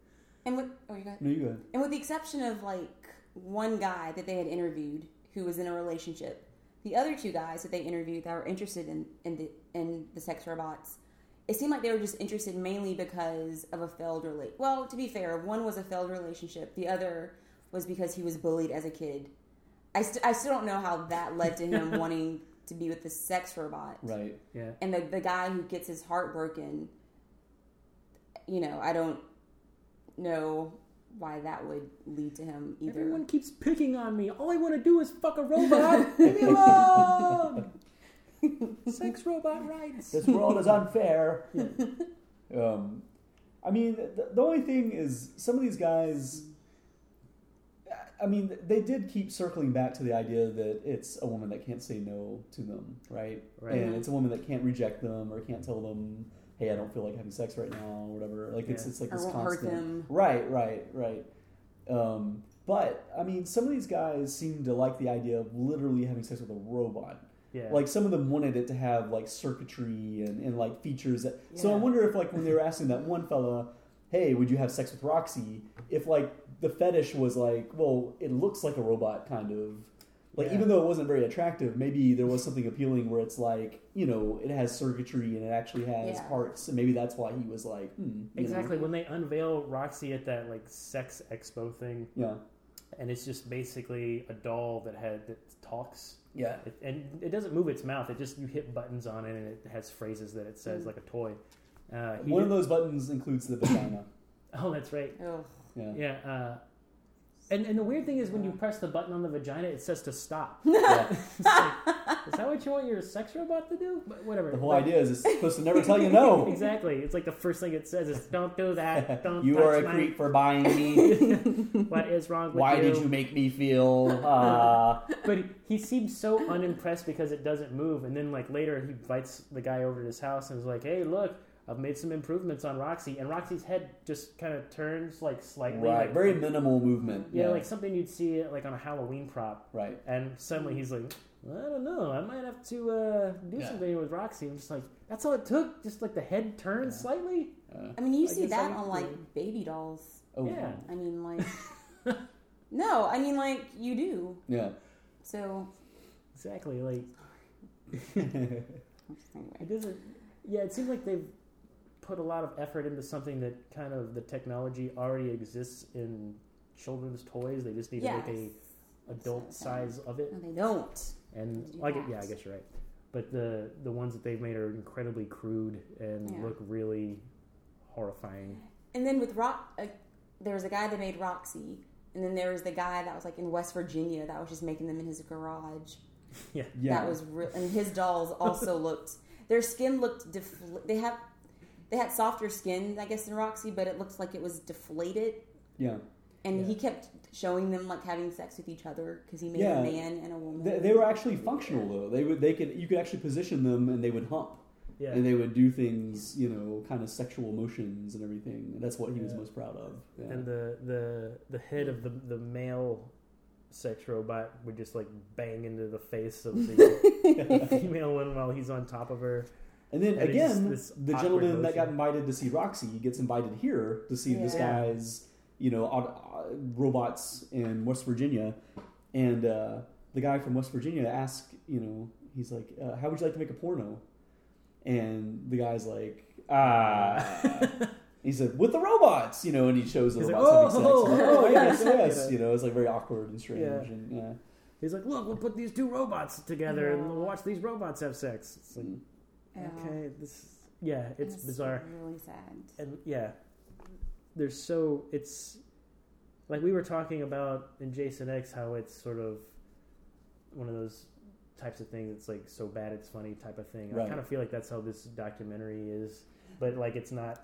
B: And with oh, you got
A: no, you go. ahead.
B: and with the exception of like one guy that they had interviewed who was in a relationship, the other two guys that they interviewed that were interested in in the in the sex robots, it seemed like they were just interested mainly because of a failed relate. Well, to be fair, one was a failed relationship. The other was because he was bullied as a kid. I, st- I still don't know how that led to him wanting to be with the sex robot
A: Right.
J: Yeah.
B: and the, the guy who gets his heart broken you know i don't know why that would lead to him either
J: Everyone keeps picking on me. All I want to do is fuck a
A: *laughs*
J: robot. Leave me alone. Sex robot
A: *laughs*
J: rights.
A: This world is
B: *laughs*
A: unfair. um, I mean, the, the only thing is, some of these guys. I mean, they did keep circling back to the idea that it's a woman that can't say no to them, right?
J: Right.
A: And it's a woman that can't reject them or can't tell them, "Hey, I don't feel like having sex right now," or whatever. Like it's
J: Yeah.
A: it's like
B: Or
A: this
B: won't hurt
A: constant.
B: them.
A: Right, right, right. Um, but I mean, some of these guys seem to like the idea of literally having sex with a robot.
J: Yeah.
A: Like some of them wanted it to have like circuitry and, and like features. That, So I
J: Yeah.
A: wonder if like when they were asking that one fella, "Hey, would you have sex with Roxy?" If like the fetish was like, "Well, it looks like a robot," kind of. Like
J: Yeah.
A: even though it wasn't very attractive, maybe there was something appealing where it's like you know it has circuitry and it actually has
B: Yeah.
A: parts, and maybe that's why he was like, hmm, you know?
J: Exactly. When they unveil Roxy at that like sex expo thing,
A: yeah,
J: and it's just basically a doll that had that talks.
A: yeah,
J: It, and it doesn't move its mouth. It just you hit buttons on it, and it has phrases that it says like a toy. Uh, he
A: One of
J: did- *laughs*
A: those buttons includes the vagina.
J: oh, that's right.
B: Ugh.
A: Yeah.
J: Yeah. Uh, And, and the weird thing is, when you press the button on the vagina, it says to stop.
A: *laughs* Yeah.
J: *laughs* It's like, is that what you want your sex robot to do? But whatever.
A: The whole idea is it's supposed to never tell you no.
J: *laughs* Exactly. It's like the first thing it says is, "Don't do that.
A: *laughs*
J: Don't."
A: You
J: touch
A: are a
J: my-
A: creep for buying
J: *laughs*
A: me.
J: What is
A: *laughs*
J: wrong with
A: Why
J: you?
A: did you make me
J: *laughs*
A: feel? Uh,
J: But he- he seems so unimpressed because it doesn't move. And then, like later, he invites the guy over to his house and is like, "Hey, look, I've made some improvements on Roxy." And Roxy's head just kind of turns like slightly,
A: right.
J: like,
A: Very minimal movement.
J: yeah, like something you'd see like on a Halloween prop.
A: Right.
J: And suddenly he's like, "Well, I don't know. I might have to uh, do
A: Yeah.
J: something with Roxy. I'm just like, that's all it took. Just like the head turned slightly.
B: I mean, you
J: I
B: see
J: guess I
B: that
J: would
B: on
J: do.
B: like baby dolls.
A: Oh,
J: Yeah.
B: I mean, like.
J: *laughs*
B: No, I mean like you do.
A: yeah.
B: So
J: Exactly. Like
B: anyway.
J: it doesn't. Yeah, it seems like they've put a lot of effort into something that kind of the technology already exists in children's toys. They just need to
B: Yes.
J: make a adult size of it.
B: No, they don't.
J: And
B: do
J: I get,
B: that.
J: yeah, I guess you're right. But the the ones that they've made are incredibly crude and
B: Yeah.
J: look really horrifying. *laughs*
B: And then with Rock, uh, there was a guy that made Roxy, and then there was the guy that was like in West Virginia that was just making them in his garage.
J: Yeah.
A: Yeah.
B: That was real, and his dolls
A: *laughs*
B: also looked. Their skin looked deflated. They have, they had softer skin, I guess, than Roxy, but it looked like it was deflated.
A: Yeah.
B: And he kept showing them like having sex with each other because he made
A: Yeah.
B: a man and a woman.
A: They, they were actually functional though. They would. They could. You could actually position them, and they would hump.
J: Yeah.
A: And they would do things, you know, kind of sexual motions and everything. And that's what he was most proud of. Yeah.
J: and the the the head of the the male sex robot would just like bang into the face of
B: *laughs*
J: the female one while he's on top of her.
A: And then
J: And it's
A: again,
J: just this
A: the
J: awkward
A: gentleman that got
J: motion.
A: invited to see Roxy gets invited here to see this
B: Yeah.
A: guy's, you know, odd, odd robots in West Virginia, and uh, the guy from West Virginia asks, you know, he's like, uh, "How would you like to make a porno?" And the guy's like, "Ah."
J: *laughs*
A: He said, "With the robots," you know, and he shows the
J: He's like,
A: robots having
J: "Oh,
A: sex.
J: oh,
A: Oh,
J: oh,
A: yes,
J: yeah." *laughs*
A: yes, you know, it's like very awkward and strange,
J: Yeah.
A: and yeah.
J: He's like, "Look, we'll put these two robots together and we'll watch these robots have sex." It's like,
B: Yeah.
J: okay, this yeah, it's
B: That's
J: bizarre.
B: Really sad.
J: and yeah, there's so it's like we were talking about in Jason X how it's sort of one of those types of things. It's like so bad it's funny type of thing.
A: Right.
J: I kind of feel like that's how this documentary is, but like it's not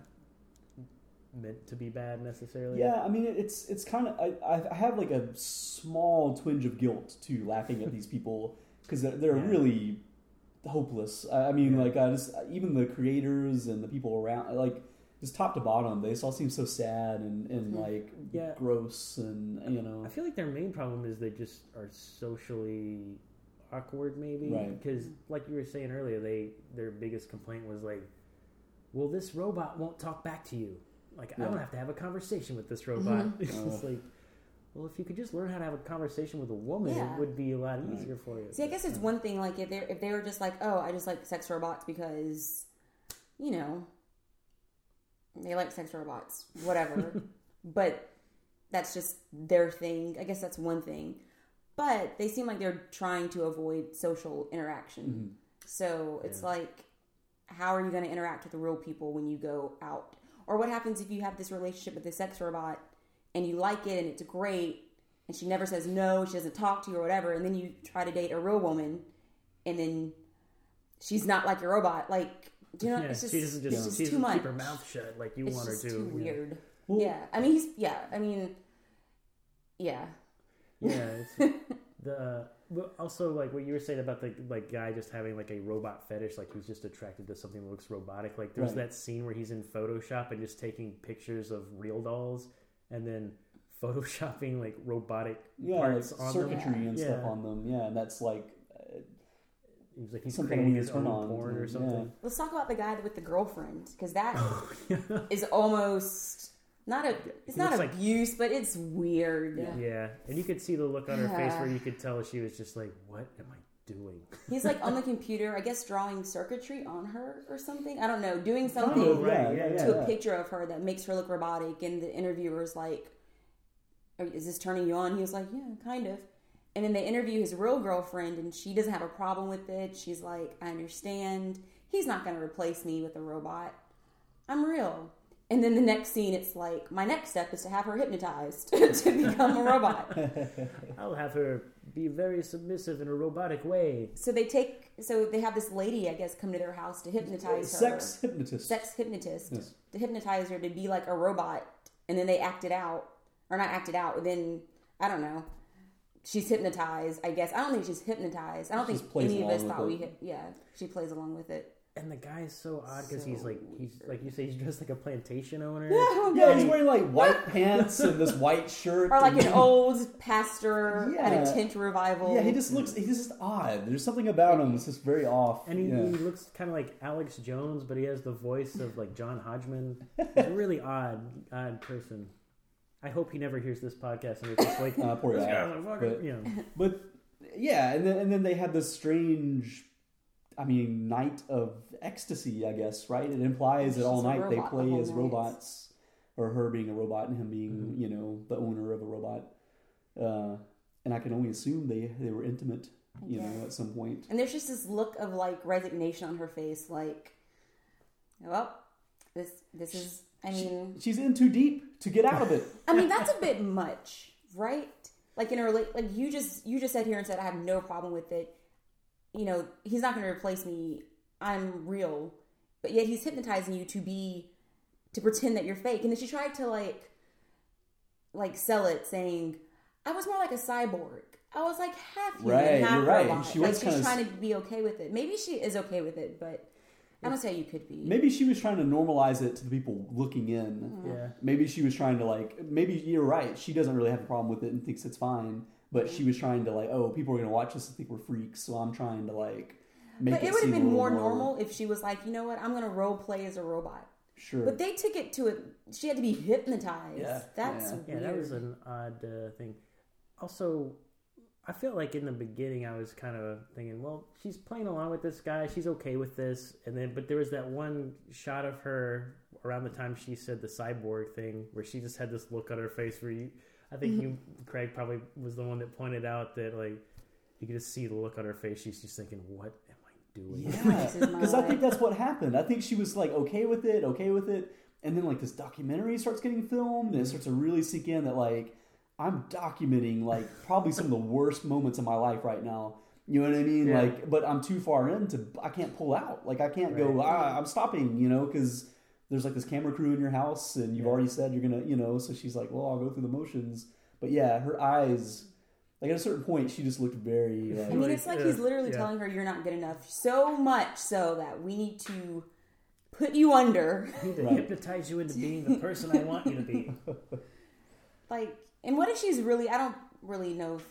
J: meant to be bad necessarily.
A: Yeah, I mean, it- it's it's kind of I, I- I have like a small twinge of guilt too, laughing at these people because they're, they're
J: Yeah.
A: really hopeless. I, I mean, like I just even the creators and the people around, like just top to bottom, they just all seem so sad and and like
J: Mm-hmm. Yeah.
A: gross and you know
J: I feel like their main problem is they just are socially awkward, maybe.
A: Right.
J: Because, like you were saying earlier, they their biggest complaint was like, "Well, this robot won't talk back to you. Like, I
A: Yeah. Oh.
J: don't have to have a conversation with this
B: Mm-hmm.
J: robot." *laughs* it's just like, well, if you could just learn how to have a conversation with a woman,
B: Yeah.
J: it would be a lot easier for you.
B: See, I guess it's one thing like if they if they were just like, oh, I just like sex robots because, you know, they like sex robots, whatever. but that's just their thing. I guess that's one thing. But they seem like they're trying to avoid social interaction. So it's like, how are you going to interact with the real people when you go out? Or what happens if you have this relationship with the sex robot and you like it and it's great and she never says no, she doesn't talk to you or whatever, and then you try to date a real woman and then she's not like your robot. Like, do you know,
J: yeah,
B: it's just,
J: she doesn't
B: it's
J: just,
B: just
J: she
B: too
J: doesn't
B: much.
J: keep her mouth shut like you
B: it's
J: want her
B: just
J: to.
B: too
J: you know.
B: weird. yeah, I mean, he's, yeah, I mean, yeah.
J: Yeah,
A: *laughs*
J: it's, the uh, but also like what you were saying about the like guy just having like a robot fetish, like who's just attracted to something that looks robotic. Like there's
A: Right.
J: that scene where he's in Photoshop and just taking pictures of real dolls, and then photoshopping like robotic
A: yeah like
J: parts on them.
A: circuitry and stuff
J: Yeah.
A: on them. Yeah, and that's like
J: He was like he's
A: Some kind of
J: creating
A: weird
J: his own
A: turn-on
J: porn or
A: thing,
J: something.
B: Let's talk about the guy with the girlfriend because that *laughs* is almost not a it's not
J: looks like-
B: abuse, but it's weird.
J: Yeah. and you could see the look on her face
B: Yeah.
J: where you could tell she was just like, "What am I doing?" *laughs*
B: He's like on the computer, I guess, drawing circuitry on her or something. I don't know, doing something
A: Oh, right,
J: right,
A: yeah,
J: yeah,
A: yeah,
B: to
A: yeah.
B: a picture of her that makes her look robotic, and the interviewer's like, "Are- "Is this turning you on?" He was like, "Yeah, kind of." And then they interview his real girlfriend, and she doesn't have a problem with it. She's like, "I understand. He's not going to replace me with a robot. I'm real." And then the next scene, it's like my next step is to have her hypnotized *laughs* to become a robot.
A: *laughs*
J: I'll have her be very submissive in a robotic way.
B: So they take, so they have this lady, I guess, come to their house to hypnotize her.
A: Sex hypnotist.
B: sex hypnotist
A: Yes.
B: to hypnotize her to be like a robot and then they act it out or not act it out then i don't know she's hypnotized i guess i don't think she's hypnotized i don't
A: She just
B: think
A: plays
B: any of
A: along
B: us
A: with
B: thought
A: it.
B: we hit yeah she plays along with it
J: And the guy is so odd because he's
B: So
J: like he's like you say he's dressed like a plantation owner.
A: *laughs* Yeah, he's wearing like
B: *laughs*
A: white pants and this white shirt.
B: or like
A: and-
B: an old pastor at
A: Yeah.
B: a tent revival
A: Yeah, he just looks. He's just odd. Uh, There's something about him that's just very off.
J: And he,
A: yeah.
J: he looks kind of like Alex Jones, but he has the voice of like John Hodgman. He's a really odd, odd person. I hope he never hears this podcast and it's just
A: *laughs*
J: like,
A: Uh, poor
J: this
A: guy.
J: guy's a fucking,
A: But-
J: you know.
A: But yeah, and then and then they had this strange, I mean, night of ecstasy. I guess right. It implies that all
B: She's a
A: night they
B: robot the
A: play
B: whole
A: as
B: night.
A: robots, or her being a robot and him being you know the owner of a robot. Uh, and I can only assume they they were intimate, you know, at some point.
B: and there's just this look of like resignation on her face like well this this is i mean
A: She's in too deep to get out of it.
B: I mean, that's a bit much, right? Like in a rela- like you just you just sat here and said I have no problem with it. You know, he's not going to replace me. I'm real, but yet he's hypnotizing you to be to pretend that you're fake. And then she tried to like like sell it, saying I was more like a cyborg. I was like half human,
A: Right,
B: half
A: you're right.
B: robot.
A: She
B: like
A: was
B: she's
A: kinda s-
B: trying to be okay with it. Maybe she is okay with it, but I don't say you could be.
A: Maybe she was trying to normalize it to the people looking in.
J: Yeah.
A: Maybe she was trying to like. Maybe you're right. She doesn't really have a problem with it and thinks it's fine. But she was trying to like, oh, people are gonna watch this and think we're freaks, so I'm trying to like make
B: but
A: it,
B: it would
A: seem
B: have
A: a
B: been
A: little
B: more normal if she was like, you know what, I'm going to role play as a robot.
A: Sure.
B: But they took it to a. She had to be hypnotized.
A: Yeah.
B: That's
A: Yeah.
J: Yeah,
B: weird.
J: that was an odd uh, thing. Also, I feel like in the beginning I was kind of thinking, well, she's playing along with this guy, she's okay with this, and then but there was that one shot of her around the time she said the cyborg thing, where she just had this look on her face where you, I think
B: *laughs*
J: you, Craig, probably was the one that pointed out that like you could just see the look on her face. She's just thinking, what am I doing? *laughs*
A: yeah, *laughs*
B: is my
A: because I think
B: life.
A: that's what happened. I think she was like okay with it, okay with it, and then like this documentary starts getting filmed, and it starts to really sink in that like I'm documenting like probably some of the worst moments of my life right now. You know what I mean?
J: Yeah.
A: Like, but I'm too far in to I can't pull out. Like I can't go. Ah, I'm stopping. You know, because there's like this camera crew in your house, and you've already said you're gonna. You know, so she's like, well, I'll go through the motions. But yeah, her eyes. Like at a certain point, she just looked very.
B: I
A: Like,
B: mean, it's like he's
J: Yeah.
B: literally
J: Yeah.
B: telling her you're not good enough. So much so that we need to put you under. *laughs*
J: I need to hypnotize you into being the person I want you to be.
B: like, and what if she's really? I don't really know if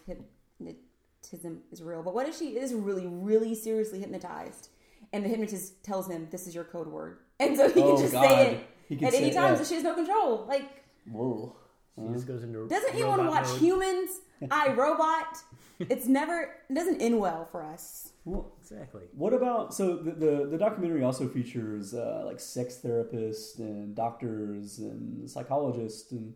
B: hypnotism is real, but what if she is really, really seriously hypnotized? And the hypnotist tells him this is your code word, *laughs* and so he
A: Oh,
B: can just
A: God.
B: say
A: He
B: it
A: can
B: at
A: say
B: any
A: it,
B: time,
A: yeah.
B: so she has no control. Like,
A: *laughs* whoa.
J: She just goes into robot
B: Doesn't anyone watch
J: mode. *laughs*
B: humans? I robot. It's never it doesn't end well for us.
A: Well,
J: Exactly.
A: What about so the the, the documentary also features uh, like sex therapists and doctors and psychologists and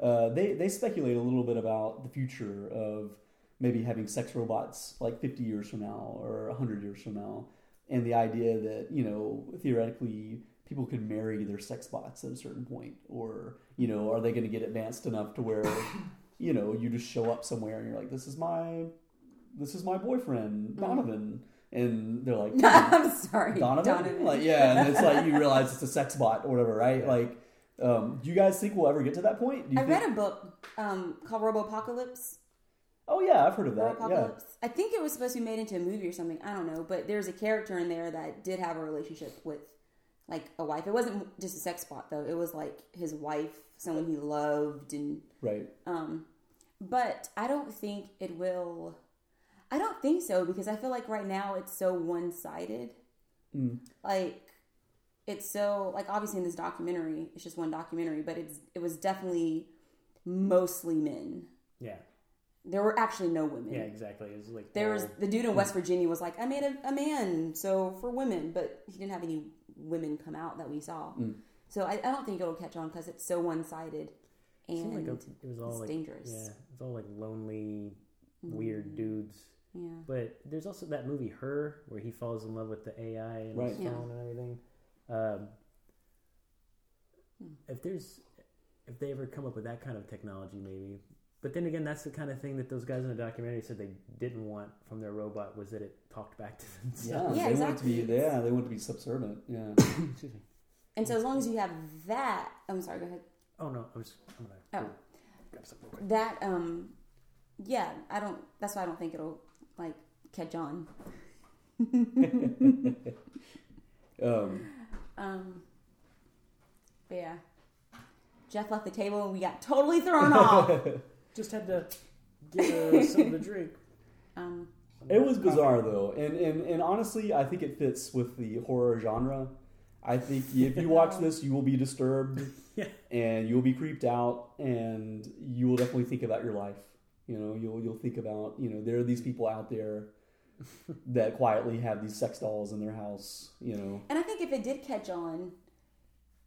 A: uh, they they speculate a little bit about the future of maybe having sex robots like 50 years from now or 100 years from now and the idea that you know theoretically people could marry their sex bots at a certain point or you know are they going to get advanced enough to where you know you just show up somewhere and you're like this is my this is my boyfriend
B: Mm.
A: donovan and they're
B: *laughs*
A: like *laughs*
B: I'm sorry,
A: Donovan? Like, yeah, and it's like
B: *laughs*
A: you realize it's a sex bot or whatever, right? Like, um, do you guys think we'll ever get to that point? Do you
B: I
A: think...
B: read a book um, called Robopocalypse.
A: Oh yeah, I've heard of that. Yeah,
B: Robopocalypse. I think it was supposed to be made into a movie or something. I don't know, but there's a character in there that did have a relationship with like a wife. It wasn't just a sex bot though. It was like his wife, someone he loved and
A: right.
B: Um, but I don't think it will. I don't think so because I feel like right now it's so one sided.
J: Mm.
B: Like it's so like obviously in this documentary, it's just one documentary, but it's it was definitely mostly men.
J: Yeah.
B: There were actually no women.
J: Yeah, exactly. Mm. It was like
B: There
J: all-
B: was the dude in West Virginia was like, I made a, a man, so for women, but he didn't have any women come out that we saw.
J: Mm.
B: So I, I don't think it'll catch on because it's so one sided.
J: It
B: And
J: seemed like a- it was all
B: it's
J: like
B: dangerous. Mm-hmm.
J: Yeah, it's all like lonely, weird dudes.
B: yeah.
J: But there's also that movie Her, where he falls in love with the AI and
A: Right.
J: his
B: Yeah.
J: phone and everything. Um,
B: Hmm.
J: If there's, if they ever come up with that kind of technology, maybe. But then again, that's the kind of thing that those guys in the documentary said they didn't want from their robot was that it talked back to *laughs* them.
A: Yeah,
B: Yeah,
A: they want it to be.
B: exactly.
A: Yeah, they want it to be subservient. Yeah,
B: And so as long as you have that, I'm sorry, go ahead.
J: Oh no, I'm just I'm gonna
B: Oh,
J: grab some real quick.
B: that um, yeah, I don't. That's why I don't think it'll like catch on.
A: um,
B: Um, but yeah, Jeff left the table and we got totally thrown off.
J: Just had *laughs* to get uh, some to drink.
B: Um,
A: it was bizarre though, and, and and honestly, I think it fits with the horror genre. I
B: *laughs*
A: think if you watch this, you will be disturbed,
J: Yeah.
A: and you'll be creeped out, and you will definitely think about your life. You know, you'll you'll think about you know there are these people out
B: *laughs*
A: there that quietly have these sex dolls in their house. You know,
B: and I think if it did catch on,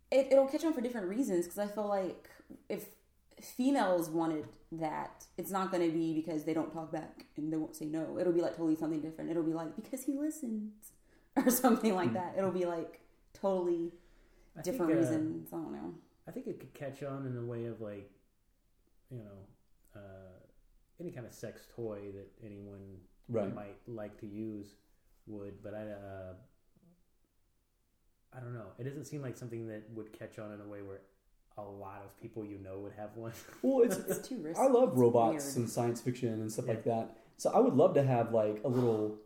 B: it, it'll catch on for different reasons. Because I feel like if females wanted that, it's not going to be because they don't talk back and they won't say no. It'll be like totally something different. It'll be like because he listens *laughs* or something
A: Hmm.
B: like that. It'll be like totally
J: I
B: different
J: think, uh,
B: reasons. I don't know.
J: I think it could catch on in a way of like, you know, uh, any kind of sex toy that anyone
A: Right.
J: might like to use would, but I, uh, I don't know. It doesn't seem like something that would catch on in a way where a lot of people you know would have one. *laughs*
A: well,
B: *laughs*
A: it's
B: It's too risky.
A: I love
B: It's
A: robots
B: weird.
A: and science fiction and stuff like that. So I would love to have like a
B: *sighs*
A: little.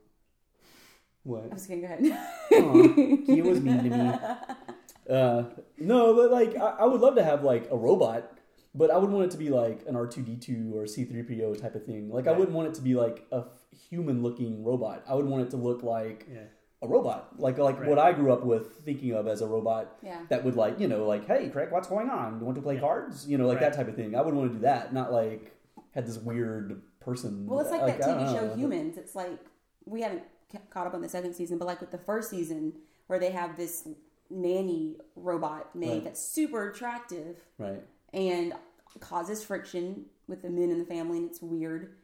A: What?
B: I was gonna go ahead. *laughs*
A: he was mean
J: *laughs*
A: to me. Uh, no, but like I, I would love to have like a robot, but I would want it to be like an R two D two or C three P O type of thing. Like I wouldn't want it to be like a human looking robot. I would want it to look like
J: yeah.
A: a robot, like like what I grew up with thinking of as a robot.
B: Yeah.
A: That would like you know like hey Craig, what's going on? You want to play cards? You know like
J: Right.
A: that type of thing. I would want to do that, not like had this weird person.
B: Well, it's like, that
A: I
B: TV
A: don't
B: show
A: know.
B: Humans. It's like we haven't ca- caught up on the second season, but like with the first season where they have this nanny robot maid
A: Right.
B: that's super attractive
A: Right.
B: and causes friction with the men in the family, and
A: *laughs*
B: it's weird.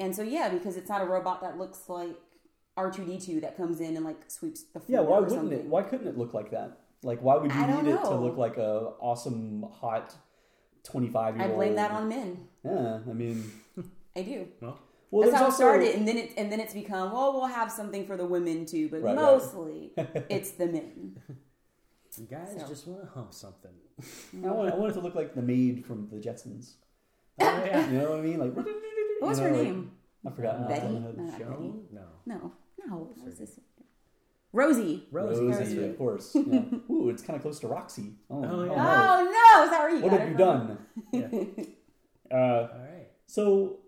B: and so yeah, because it's not a robot that looks like R two D two that comes in and like sweeps the floor.
A: Yeah, why
B: or
A: wouldn't
B: something.
A: it? Why couldn't it look like that? Like, why would you
B: I don't
A: need it to
B: know.
A: look like a awesome, hot, twenty-five year
B: I
A: old?
B: blame that on men.
A: Yeah, I mean,
B: I do.
J: Well,
A: well,
B: That's
A: there's
B: how it
A: also
B: started, and then it and then it's become well, we'll have something for the women too, but
A: Right, right. *laughs*
B: mostly it's the men.
J: guys
B: So.
J: just want to hump something.
B: *laughs*
A: I want, I want it to look like the maid from the Jetsons.
J: oh, yeah.
A: You know what I mean? Like,
B: *laughs* What was
A: you
B: her
A: know, like-
B: name? Uh,
A: I forgot. off the top
B: Betty?
A: of my head.
B: No, not Betty.
J: Joan? No.
B: No, no. What was this? Rosie.
J: Rosie.
A: Rosie, of course.
B: *laughs*
A: Yeah. Ooh, it's kind of close to Roxy. Oh,
J: Oh, yeah.
A: no.
B: Oh no! Is that where you
A: What
B: got
A: have
B: it
A: you
B: from?
A: done?
B: *laughs*
A: Uh,
J: All right.
A: so,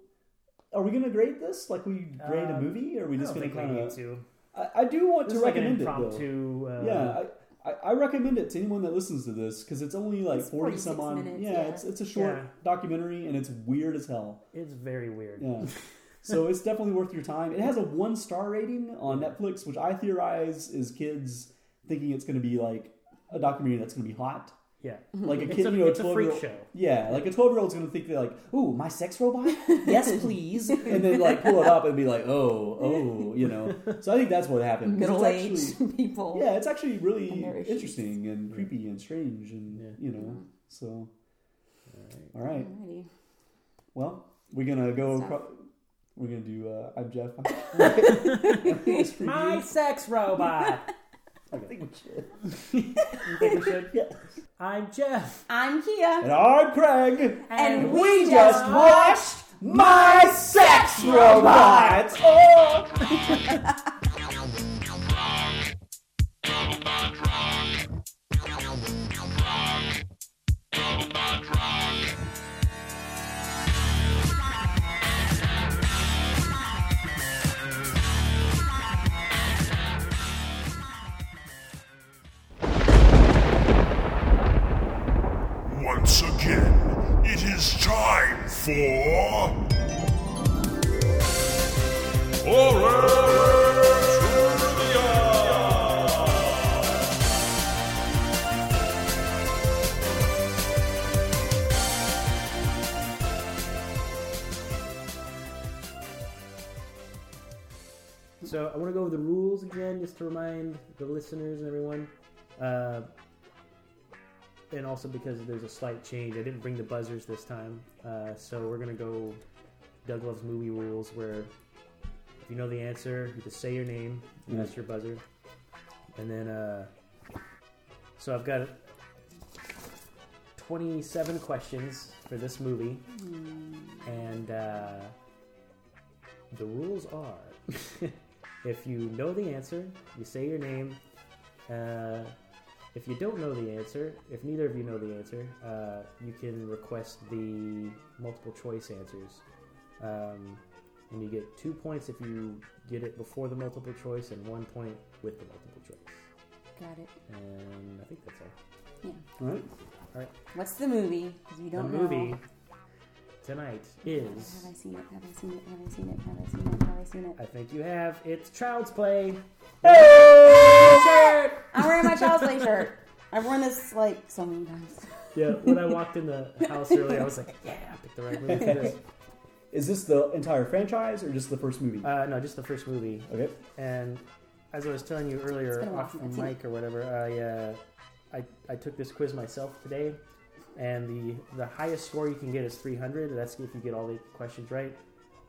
A: are we gonna grade this like we grade a
J: Um,
A: movie, or are we
J: I
A: just
J: don't
A: gonna
J: think we
A: kind
J: need
A: of?
J: to.
A: I, I do want
J: This
A: to
J: is like an
A: recommend it though.
J: impromptu. Uh,
A: yeah I, I, I recommend it to anyone that listens to this because it's only like
B: It's
A: 40 some
B: 46
A: on
B: minutes,
A: yeah,
B: yeah.
A: it's it's a short
J: Yeah.
A: documentary and it's weird as hell
J: It's very weird. *laughs*
A: yeah so it's definitely worth your time it has a one star rating on netflix which i theorize is kids thinking it's going to be like a documentary that's going to be hot
J: Yeah.
B: Mm-hmm.
A: like a kid,
J: It's a-
A: you know,
J: it's a freak
A: 12-year-old
J: show.
A: Yeah, like a twelve-year-old's gonna think they're like, "Ooh, my sex robot? Yes,
B: *laughs*
A: please." and then like pull it up and be like, "Oh, oh," you know. So I think that's what happened. 'cause it's actually-
B: Middle-aged *laughs* people.
A: yeah, it's actually really
B: And their issues. Mm-hmm.
A: interesting and creepy and strange, and you know. So, all right.
B: Alrighty.
A: Well, we're gonna go.
B: Stuff.
A: Pro- we're gonna do. Uh, I'm Jeff. I'm
J: My sex *laughs* robot.
A: I think we
J: *laughs*
A: should.
J: you think we should? I'm Jeff.
B: I'm Kia,
A: And I'm Craig.
B: and
A: We just watched my sex robot. Oh.
C: Once again, it is time for.
J: So I want to go over the rules again, just to remind the listeners and everyone. Uh, and also because there's a slight change. I didn't bring the buzzers this time, uh, so we're gonna go Doug Love's movie rules, where if you know the answer, you just say your name, and that's your buzzer, and then uh, so I've got 27 questions for this movie, and uh, the rules are: *laughs* if you know the answer, you say your name. Uh, if you don't know the answer, if neither of you know the answer, uh, you can request the multiple choice answers. Um, and you get two points if you get it before the multiple choice, and one point with the multiple choice.
B: Got it.
J: And I think that's all.
A: All right.
B: What's the movie? Because we don't
J: the
B: know.
J: movie tonight
B: Have
J: is.
B: I seen it? Have I seen it? Have I seen it? Have I seen it? Have I seen it?
J: I think you have. It's Child's Play.
B: shirt. I'm wearing my child's play shirt. I've worn this like so many times.
J: Yeah, when I walked in *laughs* the house earlier, I was like, yeah, I picked the right movie for this.
A: Is this the entire franchise or just the first movie?
J: Uh, no, just the first movie.
A: okay.
J: And as I was telling you earlier,
B: been a while
J: off
B: since I've seen
J: mic or whatever, I, uh, I I took this quiz myself today, and the the highest score you can get is 300. That's if you get all the questions right.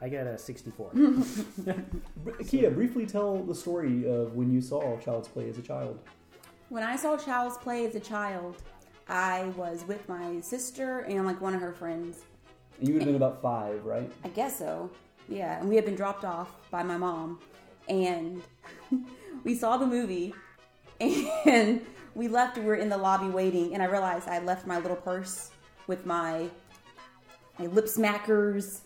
J: I got a 64.
B: Mm-hmm.
A: Br- Kia, briefly tell the story of when you saw Child's Play as a child.
B: When I saw Child's Play as a child, I was with my sister and like one of her friends.
A: And you would have been about five, right?
B: I guess so. Yeah, and we had been dropped off by my mom, and *laughs* we saw the movie, and *laughs* we left. We were in the lobby waiting, and I realized I left my little purse with my my lip smackers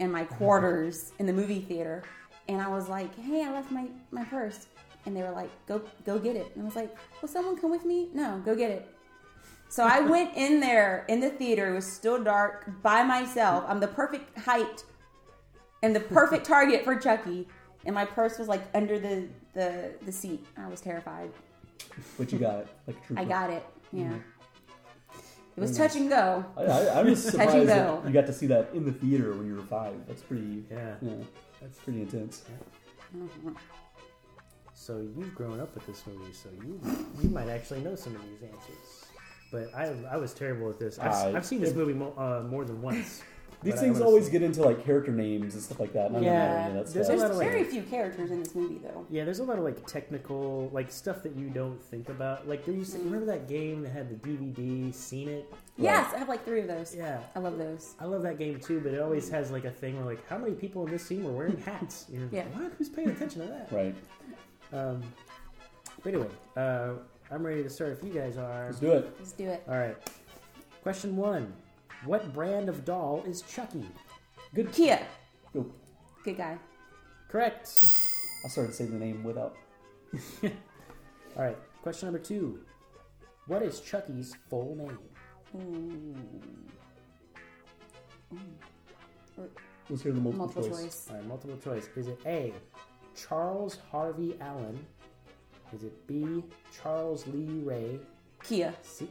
B: and my quarters in the movie theater, and I was like, "Hey, I left my my purse," and they were like, "Go go get it," and I was like, "Will someone come with me?" No, go get it. So I went in there in the theater. It was still dark by myself. I'm the perfect height and the perfect target for Chucky. And my purse was like under the the, the seat. I was terrified.
A: But you got it, like a true.
B: I got it. Yeah. It was touch and go.
A: I, I, I'm just
B: and
A: surprised
B: go.
A: that you got to see that in the theater when you were five. That's pretty.
J: Yeah.
A: that's pretty intense.
J: So you've grown up with this movie, so you you might actually know some of these answers. But I, I was terrible at this. I've,
A: Uh,
J: I've seen this movie mo- uh, more than
A: *laughs*
J: once.
A: These
J: But I
A: things
J: was-
A: always get into like character names and stuff like that. and I don't know
J: Yeah.
A: any of that
J: There's
A: stuff.
J: a lot
B: There's
J: of
B: very
J: like,
B: few characters in this movie though.
J: yeah, there's a lot of like technical like stuff that you don't think about. Like there used to, remember that game that had the DVD, seen it?
B: Yes, I have like three of those.
J: Yeah,
B: I love those.
J: I love that game too. But it always has like a thing where like how many people in this scene were wearing hats? You're like,
B: Yeah.
J: what? Who's paying attention to
A: *laughs*
J: that?
A: Right.
J: Um, but anyway, uh, I'm ready to start. If you guys are,
A: Let's do it.
B: Let's do it.
J: All right. Question one: What brand of doll is Chucky?
A: Good.
B: Kia,
A: Oh,
B: good guy.
J: Correct.
A: I started saying the name without.
J: All right. Question number two: What is Chucky's full name?
A: Let's hear the multiple,
B: Multiple
A: choice.
B: choice.
J: All right. Multiple choice. Is it A. Charles Harvey Allen? Is it B. Charles Lee Ray?
B: Kia.
J: C.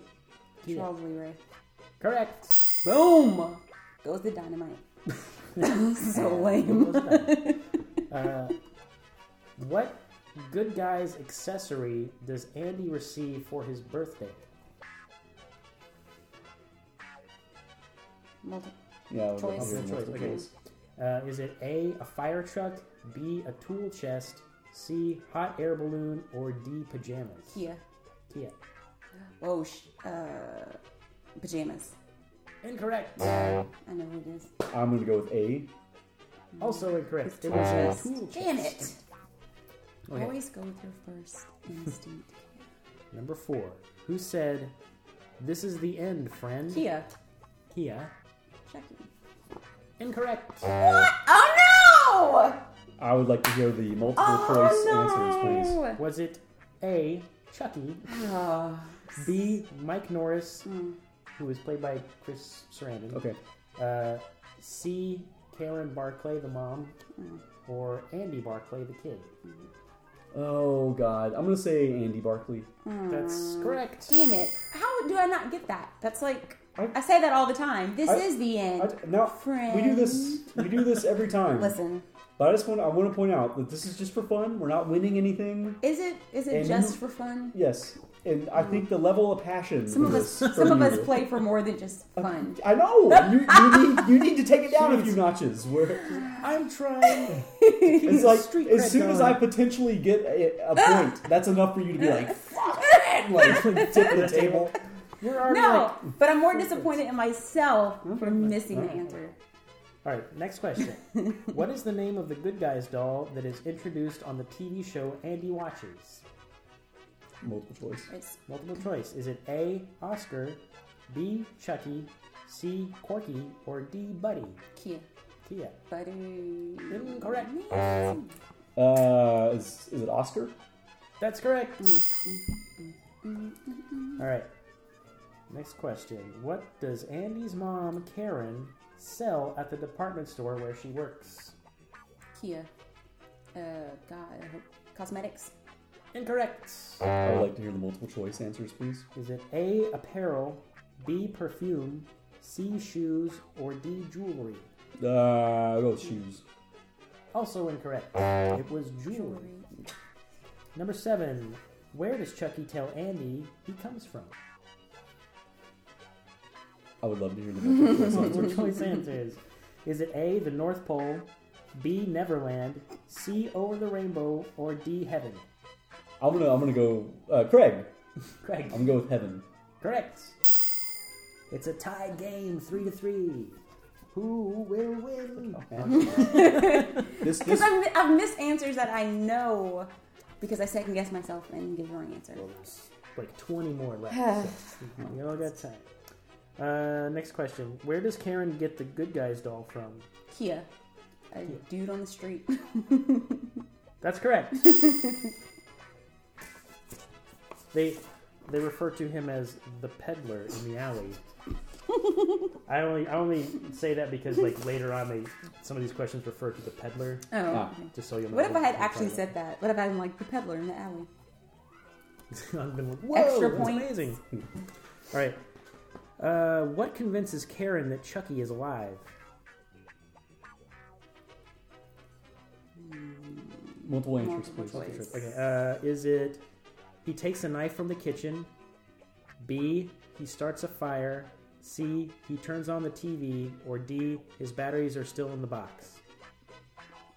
B: Charles Lee Ray. *laughs*
J: Correct.
B: Boom! Goes the dynamite. so lame.
J: Uh, what good guy's accessory does Andy receive for his birthday?
B: Multiple.
A: Yeah. we'll go
B: Choice.
A: with
J: Multiple
A: multiple
J: choice, okay.
A: choice.
J: Uh, is it A, a fire truck, B, a tool chest, C, hot air balloon, or D, pajamas?
B: Kia.
J: Kia.
B: Oh, sh- uh, pajamas.
J: Incorrect.
B: I know who it is.
A: I'm gonna go with A.
J: Also incorrect. It was a tool chest.
B: Damn it!
J: Okay.
B: Always go with your first instinct.
J: Number four. Who said, This is the end, friend?
B: *laughs* Kia.
J: Kia.
B: Chucky.
J: Incorrect.
B: What? Oh no!
A: I would like to hear the multiple
B: Oh
A: choice answers, please.
B: no!
J: Was it A, Chucky,
B: Oh,
J: B, Mike Norris,
B: Hmm.
J: who was played by Chris Sarandon?
A: Okay.
J: Uh, C. Karen Barclay, the mom,
B: Hmm.
J: or Andy Barclay, the kid.
A: Oh God. I'm gonna say Andy Barkley.
J: Hmm.
B: Hmm.
J: That's correct.
B: damn it! How do I not get that? That's like
A: I-
B: I say that all the time. This
A: I-
B: is the end.
A: I, now we do this. We do this every time.
B: *laughs* Listen,
A: But I just want I want to point out that this is just for fun. We're not winning anything.
B: Is it is it
A: And
B: just
A: you-
B: for fun?
A: Yes, and I think the level of passion.
B: Some
A: for
B: of us
A: this
B: some of
A: from
B: us
A: you- Uh,
B: play for more than just fun.
A: I know you, you need you need to take it down a few notches.
B: *laughs*
A: Where
J: I'm trying.
A: it's like
J: street
A: as
J: cred
A: soon as
J: going.
A: I potentially get a, a
B: *laughs*
A: point, that's enough for you to be like, fuck it, like *laughs* tip the table.
J: You're already like-
B: No, but I'm more disappointed in myself for missing the answer.
J: All right, next
B: *laughs*
J: question. what is the name of the good guys doll that is introduced on the TV show Andy watches?
A: Multiple choice.
B: It's
J: Multiple choice. Is it A. Oscar, B. Chucky, C. Corky, or D. Buddy?
B: cute.
J: Kia.
B: Buddy.
J: Incorrect.
A: Uh, is, is it Oscar?
J: That's correct. All right. Next question. What does Andy's mom, Karen, sell at the department store where she works?
B: Kia. Uh, God, I hope- cosmetics.
J: Incorrect.
A: I would like to hear the multiple choice answers, please.
J: Is it A, apparel, B, perfume, C, shoes, or D, jewelry?
A: Uh, those shoes.
J: Also incorrect. It was jewelry. Number seven. Where does Chucky tell Andy he comes from? *laughs*
A: I would love to hear the multiple
B: *laughs*
A: choice answers.
J: Multiple choice answers. Is it A, the North Pole, B, Neverland, C, Over the Rainbow, or D, Heaven?
A: I'm gonna I'm gonna go uh, Craig.
J: Correct.
A: I'm gonna go with Heaven.
J: Correct. It's a tied game, three to three. Who will win?
A: This this
B: Because I've, mi- I've missed answers that I know because I second guess myself and give the wrong answer.
J: Like 20 more left. so we all got time. Uh, next question. Where does Karen get the good guys doll from?
B: Kia. A dude on the street. Oh,
J: That's
B: *laughs*
J: correct. they they refer to him as the peddler in the alley. I only I only say that because like later on they some of these questions refer to the peddler.
B: Oh.
A: Ah.
B: okay.
J: Just so you know.
B: What if I had
J: I'm
B: actually
J: trying
B: said that? What if I'm like the peddler in the alley?
J: to- *laughs* I've been like, Whoa,
B: Extra
J: that's
B: points.
J: amazing. *laughs* All right. Uh, what convinces Karen that Chucky is alive?
A: multiple answers, please.
B: Multiple choice.
J: Okay. Uh, is it he takes a knife from the kitchen? B. He starts a fire. C. He turns on the TV. Or D. His batteries are still in the box.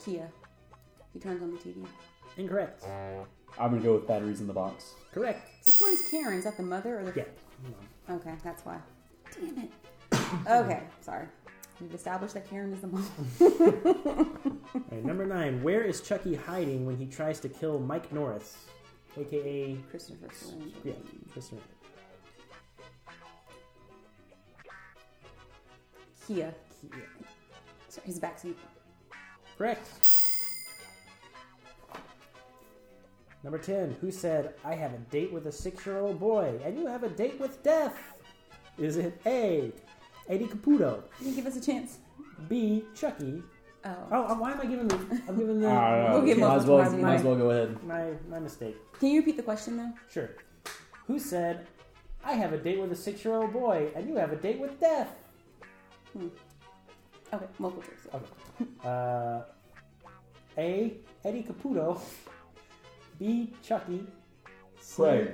B: Kia. He turns on the TV.
J: Incorrect.
A: I'm gonna go with batteries in the box.
J: Correct.
B: Which one is Karen? Is that the mother or the?
J: Yeah.
B: Okay, that's why. Damn it. Okay, sorry. We've established that Karen is the mom.
J: All right, number nine. Where is Chucky hiding when he tries to kill Mike Norris, aka
B: Christopher Flanders.
J: yeah, Christopher?
B: Kia.
J: Yeah.
B: Sorry, his backseat.
J: Correct. Number 10, who said, I have a date with a six year old boy, and you have a date with death? Is it A, Eddie Caputo,
B: Can you give us a chance?
J: B, Chucky?
B: Oh.
J: Oh, uh, why am I giving the. I'm giving
A: *laughs*
J: the.
A: Ah,
B: Mm, We'll get
A: might as
B: multiple
A: well
B: choice.
A: might as well go ahead.
J: My, my mistake.
B: Can you repeat the question though?
J: Sure. Who said, I have a date with a six year old boy, and you have a date with death?
B: Okay, multiple choice.
J: Okay. Uh, a, Eddie Caputo, B, Chucky, C,
A: Craig.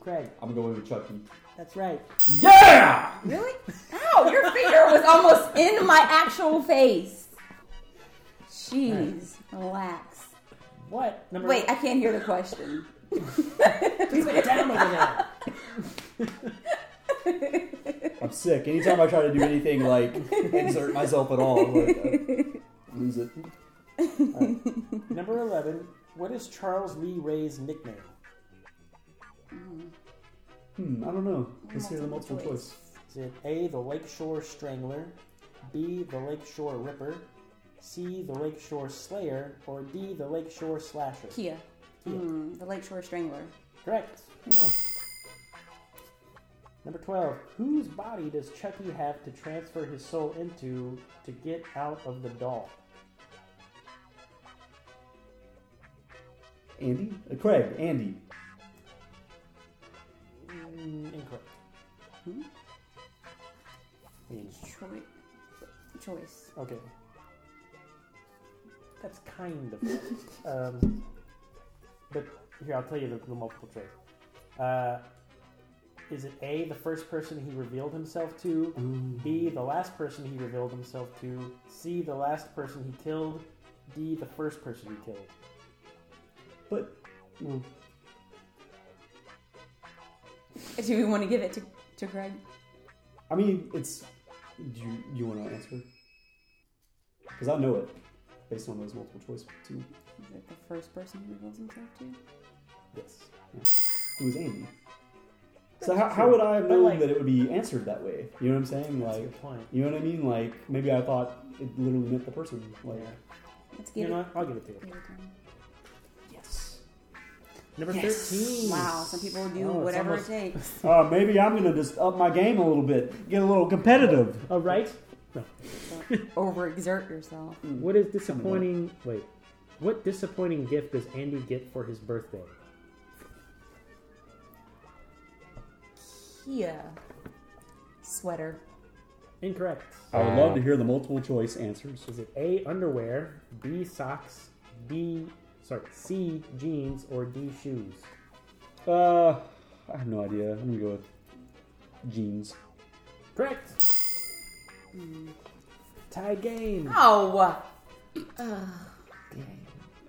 J: Craig.
A: I'm going with Chucky.
J: That's right.
A: Yeah!
B: Really? Ow, your finger was almost in my actual face. Jeez, relax.
J: What? Number
B: Wait, I can't hear the question.
J: down over there.
A: I'm sick. Anytime I try to do anything
B: *laughs*
A: like insert myself at all, I'm like, I lose it.
J: Number 11. What is Charles Lee Ray's nickname?
A: Hmm, I don't know. Let's hear the multiple choice.
J: Is it A, the Lakeshore Strangler, B, the Lakeshore Ripper, C, the Lakeshore Slayer, or D, the Lakeshore Slasher?
B: Kia. Mm, the Lakeshore Strangler.
J: Correct. Number 12. Whose body does Chucky have to transfer his soul into to get out of the doll?
A: Andy? Uh, Craig, Andy.
J: Mm, Incorrect. Hmm?
B: Choi- choice.
J: Okay. That's kind of. *laughs* um, but here, I'll tell you the, the multiple choice. Uh, is it A, the first person he revealed himself to? B, the last person he revealed himself to? C, the last person he killed? D, the first person he killed?
A: But
B: Do we want to give it to, to Craig?
A: I mean, it's. Do you, you want to answer? Because I know it based on those multiple choice too.
B: Is it the first person he reveals himself to?
A: Yes. Yeah. It was Amy. So how, how would I have known
J: like-
A: that it would be answered that way? You know what I'm saying?
J: That's a
A: Like,
J: good point.
A: you know what I mean? Like maybe I thought it literally meant the person. Like,
B: Let's give
J: You
B: it.
J: know what? I'll give it to you.
B: give it to him.
A: yes.
J: Number
B: Yes.
J: 13.
B: Wow, some people do
J: Oh, it's
B: whatever
J: almost-
B: it
J: *laughs*
B: takes.
A: Uh, maybe I'm gonna just up my game a little bit, get a little competitive.
J: All right.
B: Overexert yourself.
J: What is disappointing? Wait. What disappointing gift does Andy get for his birthday?
B: Kia. Sweater.
J: Incorrect.
A: I would love to hear the multiple choice answers.
J: Is it A underwear, B socks, B sorry, C jeans, or D shoes?
A: Uh, I have no idea. I'm gonna go with jeans.
J: Correct. Tie game.
B: Oh!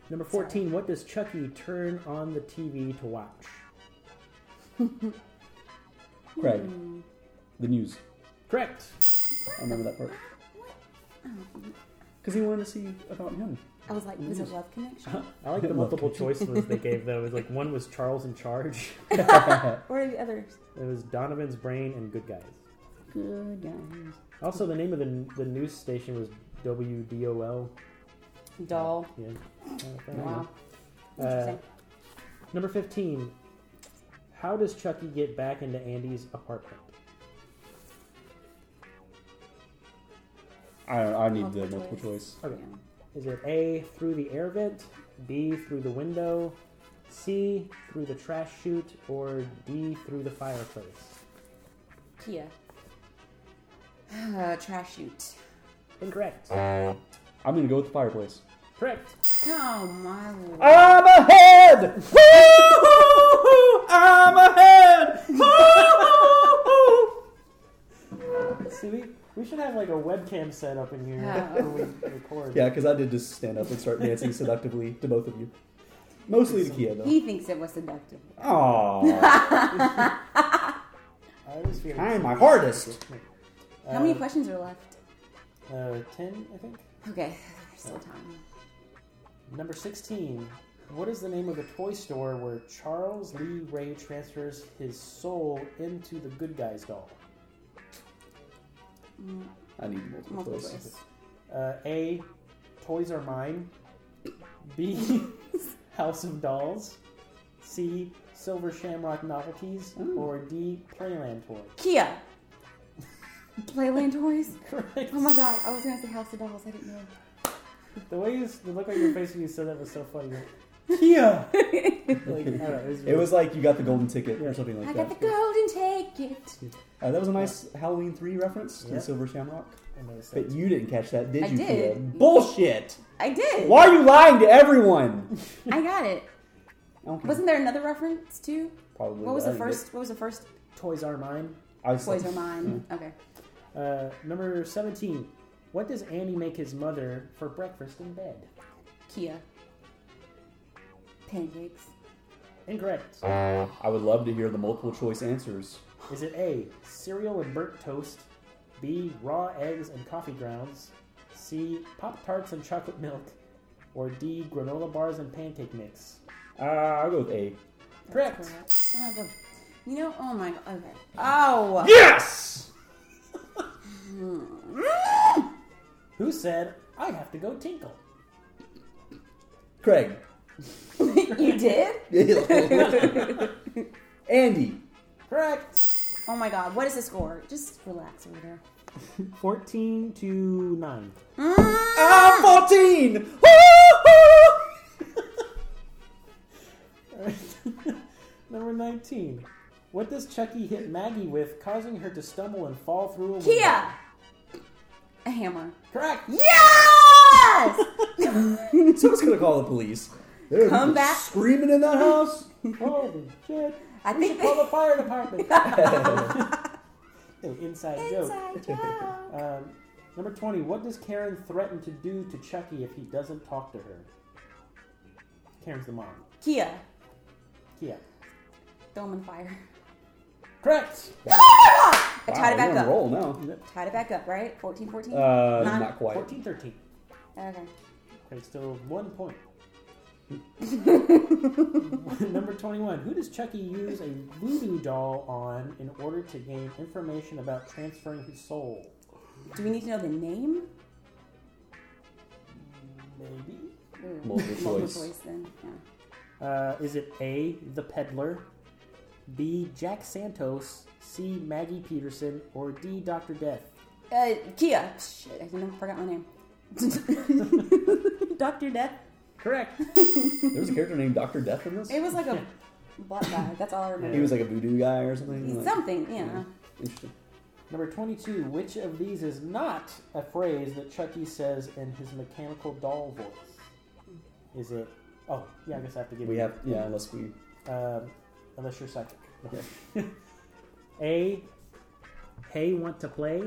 J: Number 14, what does Chucky turn on the TV to watch?
A: Craig,
J: Hmm.
A: the news.
J: Correct.
A: I remember that part. Because he wanted to see about him.
B: I was like, was it love connection?
J: I like the multiple choice ones they gave though. It was like one was Charles in charge. *laughs*
B: Where are the others?
J: It was Donovan's brain and good guys.
B: Good guys.
J: Also, the name of the the news station was WDOL.
B: Doll.
J: Yeah.
B: Wow.
J: Uh, number 15. How does Chucky get back into Andy's apartment?
A: I, I need the
B: Multiple
A: multiple choice.
J: Okay. Is it A, through the air vent, B, through the window, C, through the trash chute, or D, through the fireplace?
B: Kia. Uh, trash chute.
J: Incorrect.
A: I'm gonna go with the fireplace.
J: Correct.
B: Oh my lord.
A: I'm ahead! I'm ahead!
J: See, we, we should have like a webcam set up in here
B: Yeah.
J: *laughs* when we record.
A: yeah, because I did just stand up and start dancing seductively to both of you. Mostly to Kia, though.
B: He thinks it was seductive.
A: Aww.
J: I was feeling
A: I'm my hardest.
B: How many questions are left?
J: Uh, 10, I think.
B: Okay, there's still time.
J: Number 16. What is the name of the toy store where Charles Lee Ray transfers his soul into the good guy's doll?
A: I need the multiple,
B: Multiple
A: choice.
B: choice.
J: Uh, A. Toys Are Mine. B. *laughs* House of Dolls. C. Silver Shamrock Novelties. Or D. Playland Toy. *laughs*
B: Kia. Playland toys.
J: Correct.
B: Oh my god, I was gonna say House of Dolls. I didn't know.
J: The way you, the look on your face when you said that was so funny. Like, Kia! like, I don't know, it was,
A: It was like you got the golden ticket or something
B: I
A: like
B: got
A: that.
B: the golden ticket.
A: Uh, that was a nice Halloween 3 reference to
J: Yeah.
A: Silver Shamrock.
J: amazing.
A: But you didn't catch that, did
B: I
A: you?
B: did.
A: Kia? Bullshit!
B: I did.
A: Why are you lying to everyone?
B: I got it.
A: I don't care.
B: Wasn't there another reference too?
A: Probably.
B: What was
A: I
B: the
A: didn't
B: first? What was the first?
J: Toys Are Mine.
A: get- I was
B: Toys are
A: like-
B: mine.
J: Mm.
B: Okay.
J: Uh, number 17. What does Andy make his mother for breakfast in bed?
B: Kia. Pancakes.
J: Incorrect.
A: Uh, I would love to hear the multiple choice answers.
J: Is it A, cereal and burnt toast? B, raw eggs and coffee grounds? C, Pop Tarts and chocolate milk? Or D, granola bars and pancake mix?
A: Uh, I'll go with A.
J: Correct.
B: Son of a. You know. Oh my. god, Okay. Oh. *laughs*
A: Yes!
J: Who said, I have to go tinkle?
A: *laughs* Craig.
B: you did?
A: Andy.
J: Correct.
B: Oh my god. What is the score? Just relax over there.
J: 14 to 9. Oh!
B: Mm,
A: I'm 14!
J: *laughs* Number 19. What does Chucky hit Maggie with, causing her to stumble and fall through a window?
B: Kia. A hammer.
J: Correct. *laughs*
B: Yes!
A: Someone's gonna call the police. There are
B: Come
A: people
B: back.
A: Screaming in that
B: *laughs*
A: house.
J: Holy shit!
B: I
J: We should
B: think
J: call
B: they, *laughs*
J: the fire *laughs* department. Little inside, joke.
B: inside joke.
J: Um, number twenty. What does Karen threaten to do to Chucky if he doesn't talk to her? Karen's the mom.
B: Kia,
J: Yeah.
B: throw him on fire.
J: Correct.
B: I tied
A: Wow,
B: it back
A: you're on
B: up.
A: a Roll now.
B: Tied it back up, right? 14, 14?
A: Uh,
B: Nine?
A: not quite.
J: Fourteen, thirteen.
B: Okay.
J: Okay, still one point. *laughs* Number 21. Who does Chucky use a voodoo doll on in order to gain information about transferring his soul?
B: Do we need to know the name?
J: Maybe.
A: Multiple
B: Multiple
A: choice.
B: choice then. Yeah.
J: Uh, is it A, the peddler, B, Jack Santos, C, Maggie Peterson, or D, Dr. Death?
B: Uh, Kia. Shit, I didn't- forgot my *laughs* name. Dr. Death.
J: Correct.
A: There was a character named Doctor Death in this.
B: It was like *laughs* a black guy. That's all I remember.
A: He was like a voodoo guy or something. like-
B: Something, yeah.
A: Interesting.
J: Number 22. Which of these is not a phrase that Chucky says in his mechanical doll voice? Is it. Oh, yeah, I guess I have to give
A: We
J: you
A: have yeah, unless we
J: Um, unless you're psychic. *laughs* A. Hey, want to play?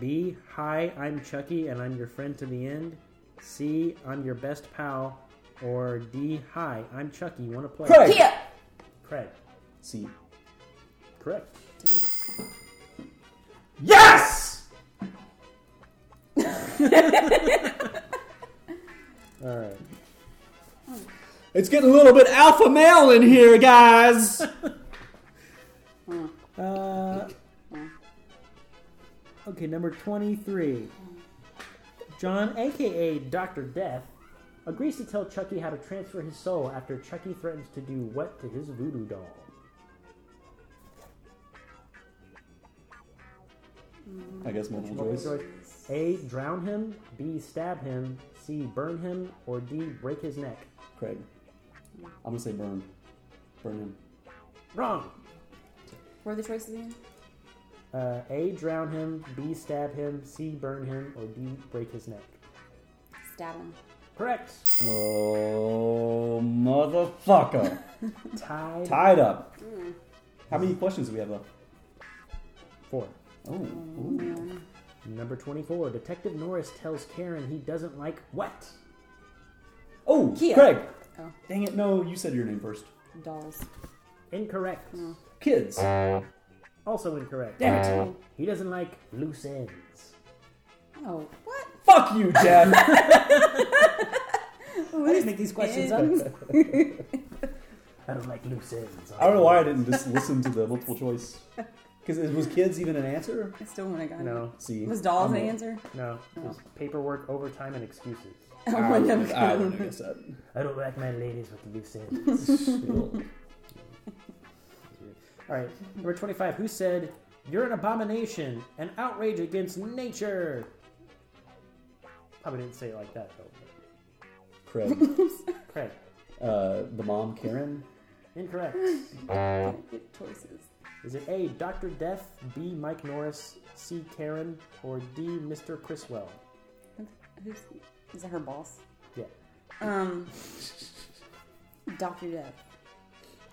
J: B. Hi, I'm Chucky and I'm your friend to the end. C. I'm your best pal. Or D. Hi, I'm Chucky. Want to play?
A: Craig!
B: Kia!
J: Craig.
A: see.
J: Correct.
A: Yes.
J: All right.
A: It's getting a little bit alpha male in here, guys.
J: Uh, okay, number 23. John, aka Dr. Death, agrees to tell Chucky how to transfer his soul after Chucky threatens to do what to his voodoo doll?
A: I guess multiple
J: Multiple
A: choice.
J: choice. A. Drown him. B. Stab him. C. Burn him. Or D. Break his neck.
A: Craig. I'm gonna say burn. Burn him.
J: Wrong.
B: What are the choices again?
J: Uh, A. Drown him. B. Stab him. C. Burn him. Or D. Break his neck.
B: Stab him.
J: Correct.
A: Oh motherfucker.
J: Tied.
A: Tied up. How many questions do we have left?
J: Four.
A: Oh, ooh.
J: Number 24. Detective Norris tells Karen he doesn't like what?
A: oh,
B: Kia.
A: Craig.
B: Oh.
A: Dang it! No, you said your name first.
B: Dolls.
J: Incorrect.
A: Kids.
J: Also incorrect.
A: Damn it!
J: He doesn't like loose ends.
B: Oh, what?
A: Fuck you, Jeff.
J: I didn't make these questions up.
B: Ends.
J: I don't like loose ends.
A: I don't know why I didn't just listen to the multiple choice. Because was kids even an answer?
B: I still want to go.
J: No,
A: See,
B: Was dolls
A: I'm
B: the
A: a-
B: answer?
J: no. It was paperwork, overtime, and excuses.
B: *laughs* Oh
A: I wouldn't have guessed that.
J: I don't like my ladies with loose ends. All right, number 25. Who said, You're an abomination, an outrage against nature? Probably didn't say it like that, though.
B: *laughs*
A: Craig,
J: Craig,
A: uh, the mom Karen.
J: incorrect.
B: Good choices.
J: Is it A, Dr. Death, B, Mike Norris, C, Karen, or D, Mr. Chriswell?
B: Who's, is that her boss?
J: Yeah,
B: Um, Dr. Death.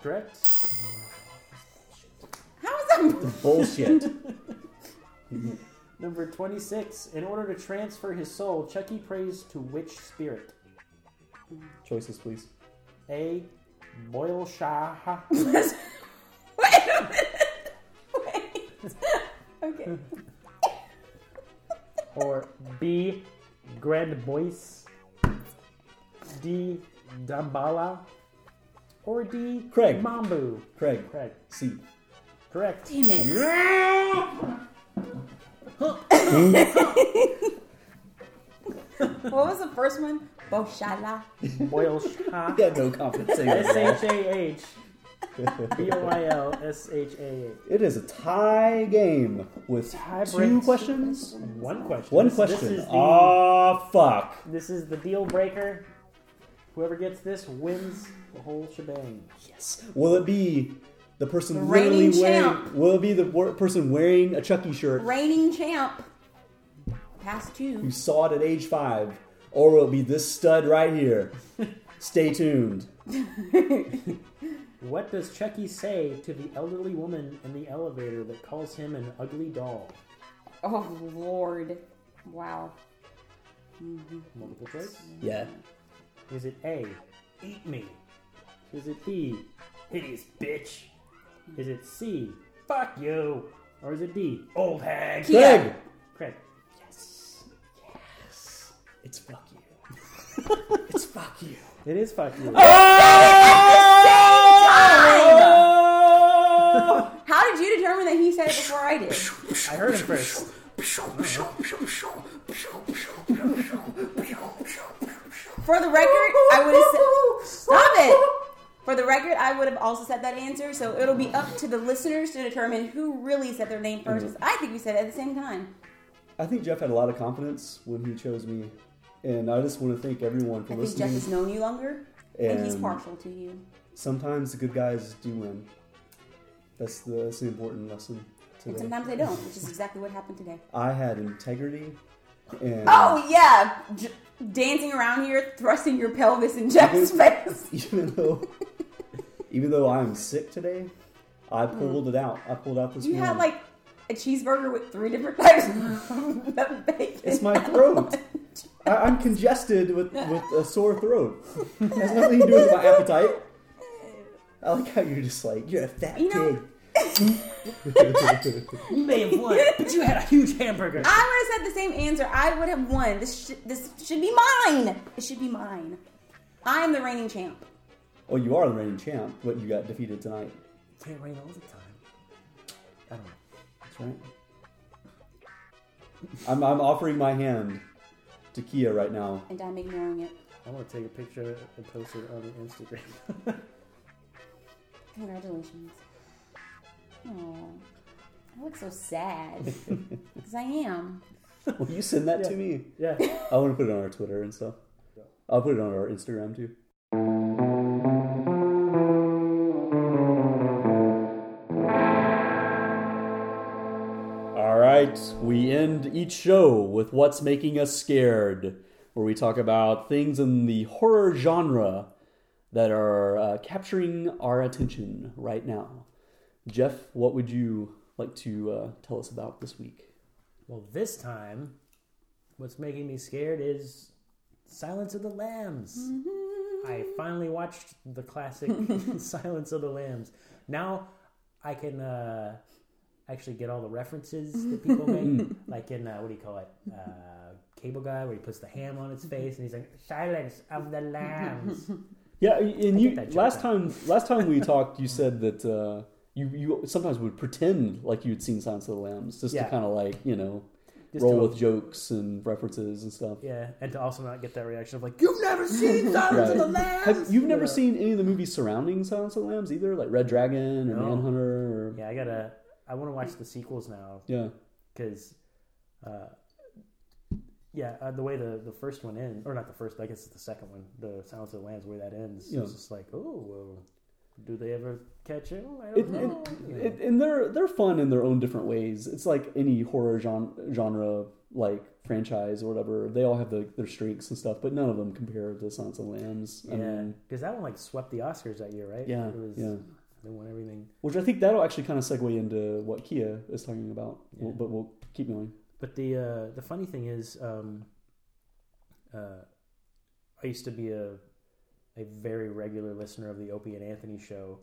J: correct?
B: How is that? *laughs*
A: Bullshit.
J: Number 26. In order to transfer his soul, Chucky prays to which spirit?
A: Choices, please.
J: A, Boil Shah.
B: Wait a minute. Wait. *laughs*
A: *laughs*
B: Okay.
J: or B. Grand Bois, D. Dambala, or D.
A: Craig.
J: Mambu.
A: Craig,
J: Craig, *laughs*
A: C.
J: correct.
B: Damn it. What was the first one? Boshala.
J: Boil Shah.
A: *laughs* He had no
J: *laughs*
A: confidence. saying
J: S
A: that.
J: H A H B O I L S H A H.
A: It is a tie game with
J: Tie
A: two
J: breaks.
A: questions.
J: One question.
A: One
J: This-
A: question.
J: This is, the,
A: Ah, fuck.
J: this is the deal breaker. Whoever gets this wins the whole shebang.
A: Will it be the person
B: Reigning
A: literally wearing?
B: champ.
A: Will it be the wor- person wearing a Chucky shirt
B: Reigning champ. Past two.
A: who saw it at age five, or it'll be this stud right
J: *laughs*
A: here. Stay tuned.
J: What does Chucky say to the elderly woman in the elevator that calls him an ugly doll?
B: Oh Lord! Wow.
J: Multiple choice.
A: Yeah.
J: Is it A, eat me? Is it B, hideous bitch? Is it C, fuck you? Or is it D, oh, old hag?
A: Greg,
J: Craig.
A: it's fuck you. it's fuck you.
J: It is fuck you.
A: *laughs*
B: How did you determine that he said it before I did?
J: I heard him first.
B: For the record, I would have said. Stop it! For the record, I would have also said that answer, so it'll be up to the listeners to determine who really said their name 1st
A: Mm-hmm.
B: I think we said it at the same time.
A: I think Jeff had a lot of confidence when he chose me, and I just want to thank everyone for
B: I think Jeff
A: listening.
B: has known you longer, and, he's
A: And-
B: partial to you.
A: Sometimes the good guys do win. That's the, that's the important lesson
B: And
A: today.
B: sometimes they don't, which is exactly what happened today.
A: I had integrity, and
B: Oh, yeah! J- dancing around here, thrusting your pelvis in Jeff's
A: Mm-hmm.
B: face.
A: *laughs* even though even though I'm sick today, I pulled it out. I pulled out this.
B: You had
A: morning.
B: like a cheeseburger with three different types of *laughs* bacon.
A: it's my throat. I, I'm congested with with a sore throat. It has nothing to do with my appetite. I like how you're just like you're a fat
B: You know-
A: kid.
J: You may have won, but you had a huge hamburger.
B: I would have said the same answer. I would have won. This sh- this should be mine. It should be mine. I am the reigning champ.
A: well, you are the reigning champ, but you got defeated tonight.
J: Can't rain all the time. I don't know.
A: That's right. I'm I'm offering my hand to Kia right now.
B: And I'm ignoring it.
J: I want to take a picture of it and post it on Instagram. *laughs*
B: Congratulations. Oh, I look so
A: *laughs*
B: sad because I am.
A: Will you send that to me?
J: yeah.
A: I want to put it on our Twitter and stuff. I'll put it on our Instagram too. All right, we end each show with what's making us scared, where we talk about things in the horror genre that are uh, capturing our attention right now. Jeff, what would you like to uh, tell us about this week?
J: Well, this time, what's making me scared is Silence of the Lambs. I finally watched the *laughs* classic Silence of the Lambs. Now I can uh, actually get all the references that people *laughs* make, like in uh, what do you call it, uh, Cable Guy, where he puts the ham on its face and he's like Silence of the *laughs* Lambs.
A: Yeah, and you
J: that joke
A: last
J: out.
A: time last time we talked, you said that uh, you you sometimes would pretend like you'd seen Silence of the Lambs just to
J: Yeah.
A: kind of like you know
J: Just
A: roll
J: to-
A: with jokes and references and stuff.
J: yeah, and to also not get that reaction of like you've never *laughs* seen Silence of the Lambs.
A: Have, you've never
J: Yeah.
A: seen any of the movies surrounding Silence of the Lambs either, like Red Dragon or
J: No.
A: Manhunter. Or,
J: Yeah, I gotta. I want to watch the sequels now
A: yeah,
J: because uh, yeah uh, the way the, the first one ends or not the first i guess it's the second one the silence of the lambs the way that ends
A: Yeah.
J: it's just like oh well, do they ever catch him i
A: It,
J: don't
A: it,
J: know
A: it, and they're they're fun in their own different ways. It's like any horror genre, genre like franchise or whatever. They all have the, their strengths and stuff, but none of them compare to Silence of the Lambs.
J: yeah
A: I mean,
J: because that one like swept the oscars that year right
A: Yeah,
J: it was
A: yeah.
J: they won everything
A: Which I think that'll actually kind of segue into what Kia is talking about, We'll- but we'll keep going.
J: But the uh, the funny thing is, um, uh, I used to be a a very regular listener of the Opie and Anthony show,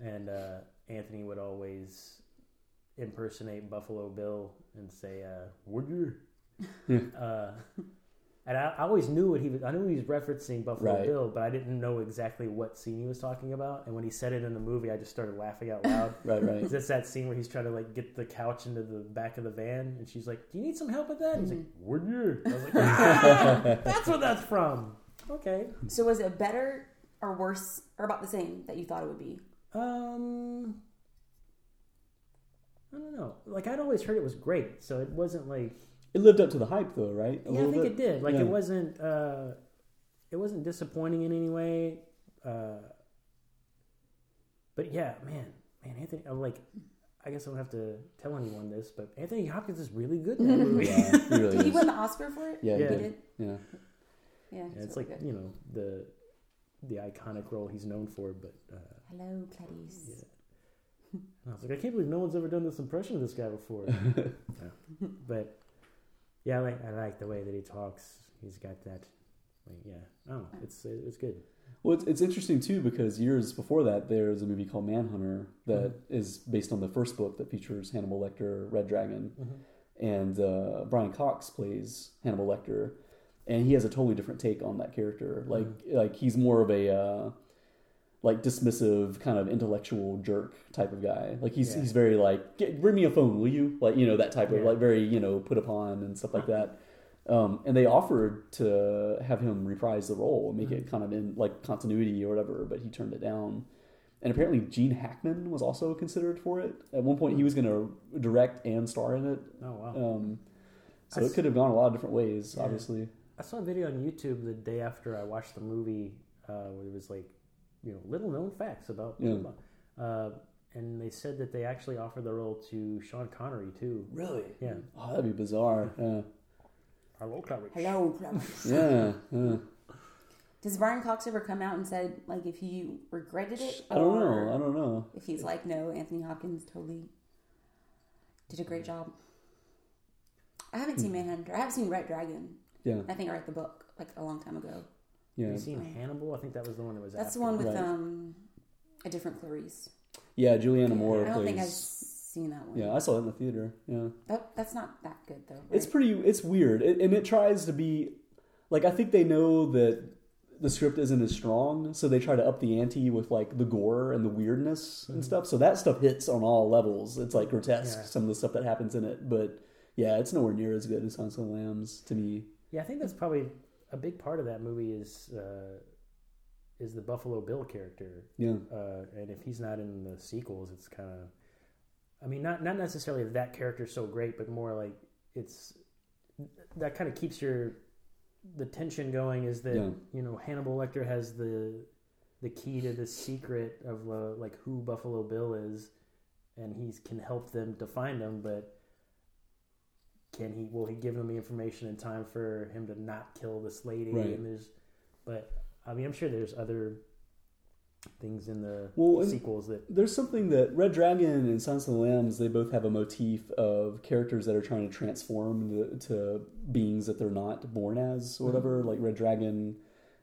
J: and uh, Anthony would always impersonate Buffalo Bill and say, uh, "Would
A: *laughs*
J: you?" uh, and I, I always knew what he was. I knew he was referencing Buffalo
A: Right.
J: Bill, but I didn't know exactly what scene he was talking about. And when he said it in the movie, I just started laughing out loud.
A: *laughs* Right, right.
J: Because it's that scene where he's trying to like get the couch into the back of the van, and she's like, "Do you need some help with that?" And he's like, "Would you?" I
A: *laughs*
J: was like, "Ah, "That's where that's from." Okay.
B: So was it better or worse or about the same that you thought it would be?
J: Um, I don't know. Like I'd always heard it was great, so it wasn't like
A: It lived up to the hype, though, right?
J: yeah, I
A: A little
J: think
A: bit?
J: it did. Like
A: Yeah.
J: it
A: *laughs*
J: wasn't uh, it wasn't disappointing in any way. Uh, but yeah, man, man, Anthony, I'm like, I guess I don't have to tell anyone this, but
A: *laughs*
J: Anthony Hopkins is really good in that movie. *laughs*
A: Yeah, it really
B: Did he
A: is.
B: win the Oscar for it?
A: Yeah, it
J: Yeah.
A: did. Yeah.
B: Yeah,
J: Yeah, it's
B: really
J: like
B: good.
J: you know the the iconic role he's known for, but uh,
B: hello, Clarice.
J: yeah. And I was like, I can't believe no one's ever done this impression of this guy before. Yeah. But yeah, I like, I like the way that he talks. He's got that, like, yeah. Oh, it's it's good.
A: Well, it's, it's interesting too because years before that, there's a movie called Manhunter that is based on the first book that features Hannibal Lecter, Red Dragon, and uh, Brian Cox plays Hannibal Lecter, and he has a totally different take on that character. Like, like he's more of a uh, like dismissive kind of intellectual jerk type of guy. Like he's
J: Yeah.
A: he's very like, Get, bring me a phone, will you? Like you know that type of
J: Yeah.
A: like very you know put upon and stuff like that. Um, and they offered to have him reprise the role and make
J: Mm-hmm.
A: it kind of in like continuity or whatever, but he turned it down. And apparently, Gene Hackman was also considered for it. At one
J: Hmm.
A: point, he was going to direct and star in it.
J: Oh wow.
A: Um, so it could have gone a lot of different ways, obviously.
J: I saw a video on YouTube the day after I watched the movie uh, where it was like, you know, little known facts about.
A: Yeah.
J: Uh, and they said that they actually offered the role to Sean Connery too.
A: Really?
J: Yeah.
A: Oh, that'd be
J: *laughs*
A: bizarre. Yeah.
J: Hello, Connery.
B: Hello, Clarice. *laughs*
A: Yeah. yeah.
B: Does Brian Cox ever come out and said like if he regretted it?
A: I don't
B: or
A: know. I don't know.
B: If he's like, no, Anthony Hopkins totally did a great job. I haven't seen
A: Hmm.
B: Manhunter. I have seen Red Dragon.
A: Yeah.
B: I think I read the book like a long time ago.
A: Yeah.
J: You seen Hannibal? I think that was the one that was.
B: That's
J: after.
B: the one with
A: Right.
B: um a different Clarice.
A: Yeah. Juliana Moore
B: I don't think I've
A: plays.
B: seen that one.
A: Yeah, I saw it in the theater. Yeah.
B: That, that's not that good though.
A: it's
B: right?
A: pretty it's weird it, and it tries to be like i think they know that the script isn't as strong so they try to up the ante with like the gore and the weirdness
B: Mm-hmm.
A: and stuff so that stuff hits on all levels it's like grotesque
J: Yeah.
A: some of the stuff that happens in it but yeah it's nowhere near as good as Silence of the lambs to me
J: Yeah, I think that's probably a big part of that movie is uh, is the Buffalo Bill character,
A: yeah
J: uh, and if he's not in the sequels, it's kind of. I mean, not not necessarily that character's so great, but more like it's that kind of keeps your the tension going. Is that
A: Yeah.
J: you know Hannibal Lecter has the the key to the secret of uh, like who Buffalo Bill is, and he can help them to find him, but can he will he give them the information in time for him to not kill this lady
A: Right.
J: and there's but i mean i'm sure there's other things in the
A: Well, and-
J: sequels that
A: there's something that Red Dragon and Silence of the Lambs they both have a motif of characters that are trying to transform to, to beings that they're not born as or whatever. Like Red Dragon,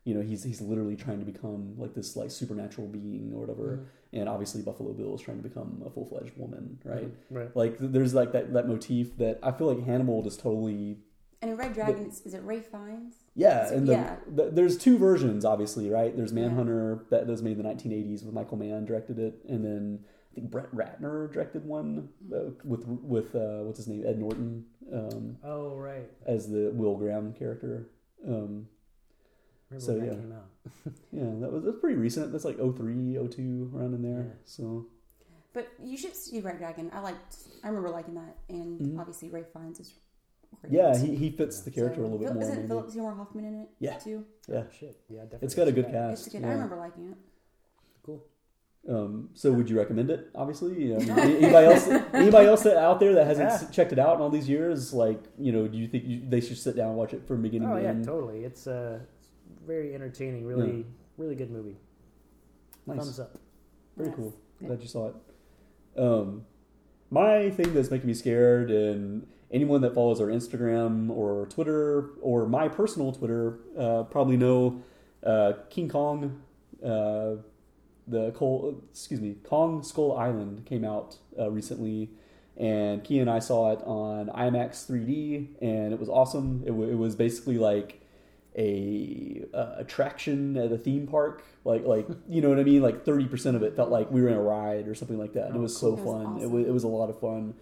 A: you know, he's he's literally trying to become like this like supernatural being or whatever. And obviously Buffalo Bill is trying to become a full fledged woman, right?
J: right
A: Like th- there's like that that motif that I feel like Hannibal just totally
B: and in Red Dragon, it's, is it Ray Fiennes?
A: yeah, and the,
B: Yeah.
A: th- there's two versions, obviously, right? There's Manhunter that was made in the 1980s with Michael Mann directed it, and then I think Brett Ratner directed one uh, with with uh, what's his name Ed Norton um,
J: oh right
A: as the Will Graham character. Um,
J: remember
A: So,
J: when that
A: yeah.
J: came out
A: yeah, that was that's pretty recent. That's like 03, 02, around in there.
J: Yeah.
A: So
B: But you should see Red Dragon. I liked. I remember liking that, and obviously Ray Fiennes is. Great.
A: Mm-hmm. yeah, he, he fits the character a little bit
B: Phil-
A: more.
B: Isn't
A: maybe.
B: Philip Seymour Hoffman in it?
A: Yeah.
B: Too.
A: yeah,
J: shit yeah definitely
A: it's got a good
J: Yeah.
A: cast.
B: It's good. I
A: yeah.
B: remember liking it.
J: cool
A: Um, so would you recommend it? Obviously, um,
J: *laughs*
A: anybody else, anybody else that- out there that hasn't
J: Yeah.
A: s checked it out in all these years, like you know, do you think you, they should sit down and watch it from beginning
J: oh
A: to
J: yeah
A: end?
J: totally it's uh it's very entertaining really really good movie
A: Nice,
J: thumbs up
A: very
B: Yes.
A: cool.
B: Good.
A: Glad you saw it. Um, my thing that's making me scared, and anyone that follows our Instagram or Twitter or my personal Twitter uh, probably know uh, King Kong. Uh, the Col- excuse me Kong Skull Island came out uh, recently, and Key and I saw it on IMAX 3D, and it was awesome. It, w- it was basically like a uh, attraction at a theme park, like like you know what I mean. Like 30 percent of it felt like we were in a ride or something like that. and it was so
B: That Oh, was
A: fun. It
B: awesome.
A: was it was a lot of fun.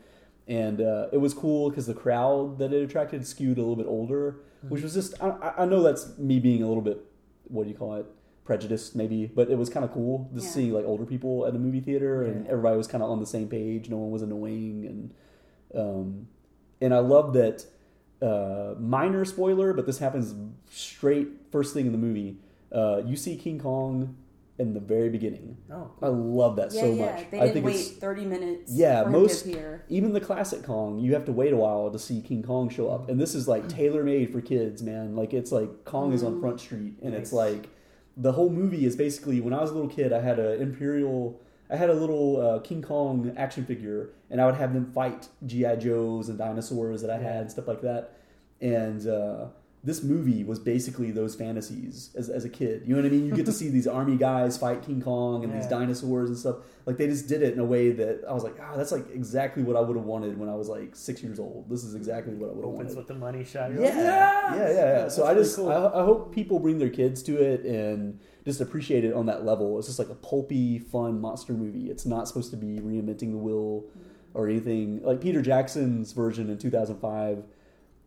A: And uh, it was cool because the crowd that it attracted skewed a little bit older, which was just, I, I- I know that's me being a little bit, what do you call it, prejudiced maybe, but it was kind of cool just
B: Yeah.
A: seeing like older people at a movie theater and everybody was kind of on the same page. No one was annoying. And, um, and I love that, uh, minor spoiler, but this happens straight first thing in the movie. Uh, you see King Kong in the very beginning.
J: Oh,
A: I love that
B: Yeah,
A: so
B: yeah.
A: much.
B: They
A: I
B: didn't
A: think
B: wait
A: it's
B: thirty minutes.
A: yeah,
B: for
A: most
B: him to appear.
A: even the classic Kong, you have to wait a while to see King Kong show up, and this is like tailor made for kids, man. Like it's like Kong is on Front Street, and it's like the whole movie is basically. When I was a little kid, I had a Imperial, I had a little uh, King Kong action figure, and I would have them fight GI Joes and dinosaurs that I had and stuff like that. And uh, this movie was basically those fantasies as, as a kid. You know what I mean? You get to see these army guys fight King Kong and these
J: Yeah.
A: dinosaurs and stuff. Like they just did it in a way that I was like, ah, that's like exactly what I would have wanted when I was like six years old. This is exactly what I would have
J: opens
A: wanted.
J: with the money shot. You're
A: Yeah. yeah, yeah, yeah. So I
J: pretty
A: just
J: cool.
A: I, I hope people bring their kids to it and just appreciate it on that level. It's just like a pulpy, fun monster movie. It's not supposed to be reinventing the wheel or anything. Like Peter Jackson's version in 2005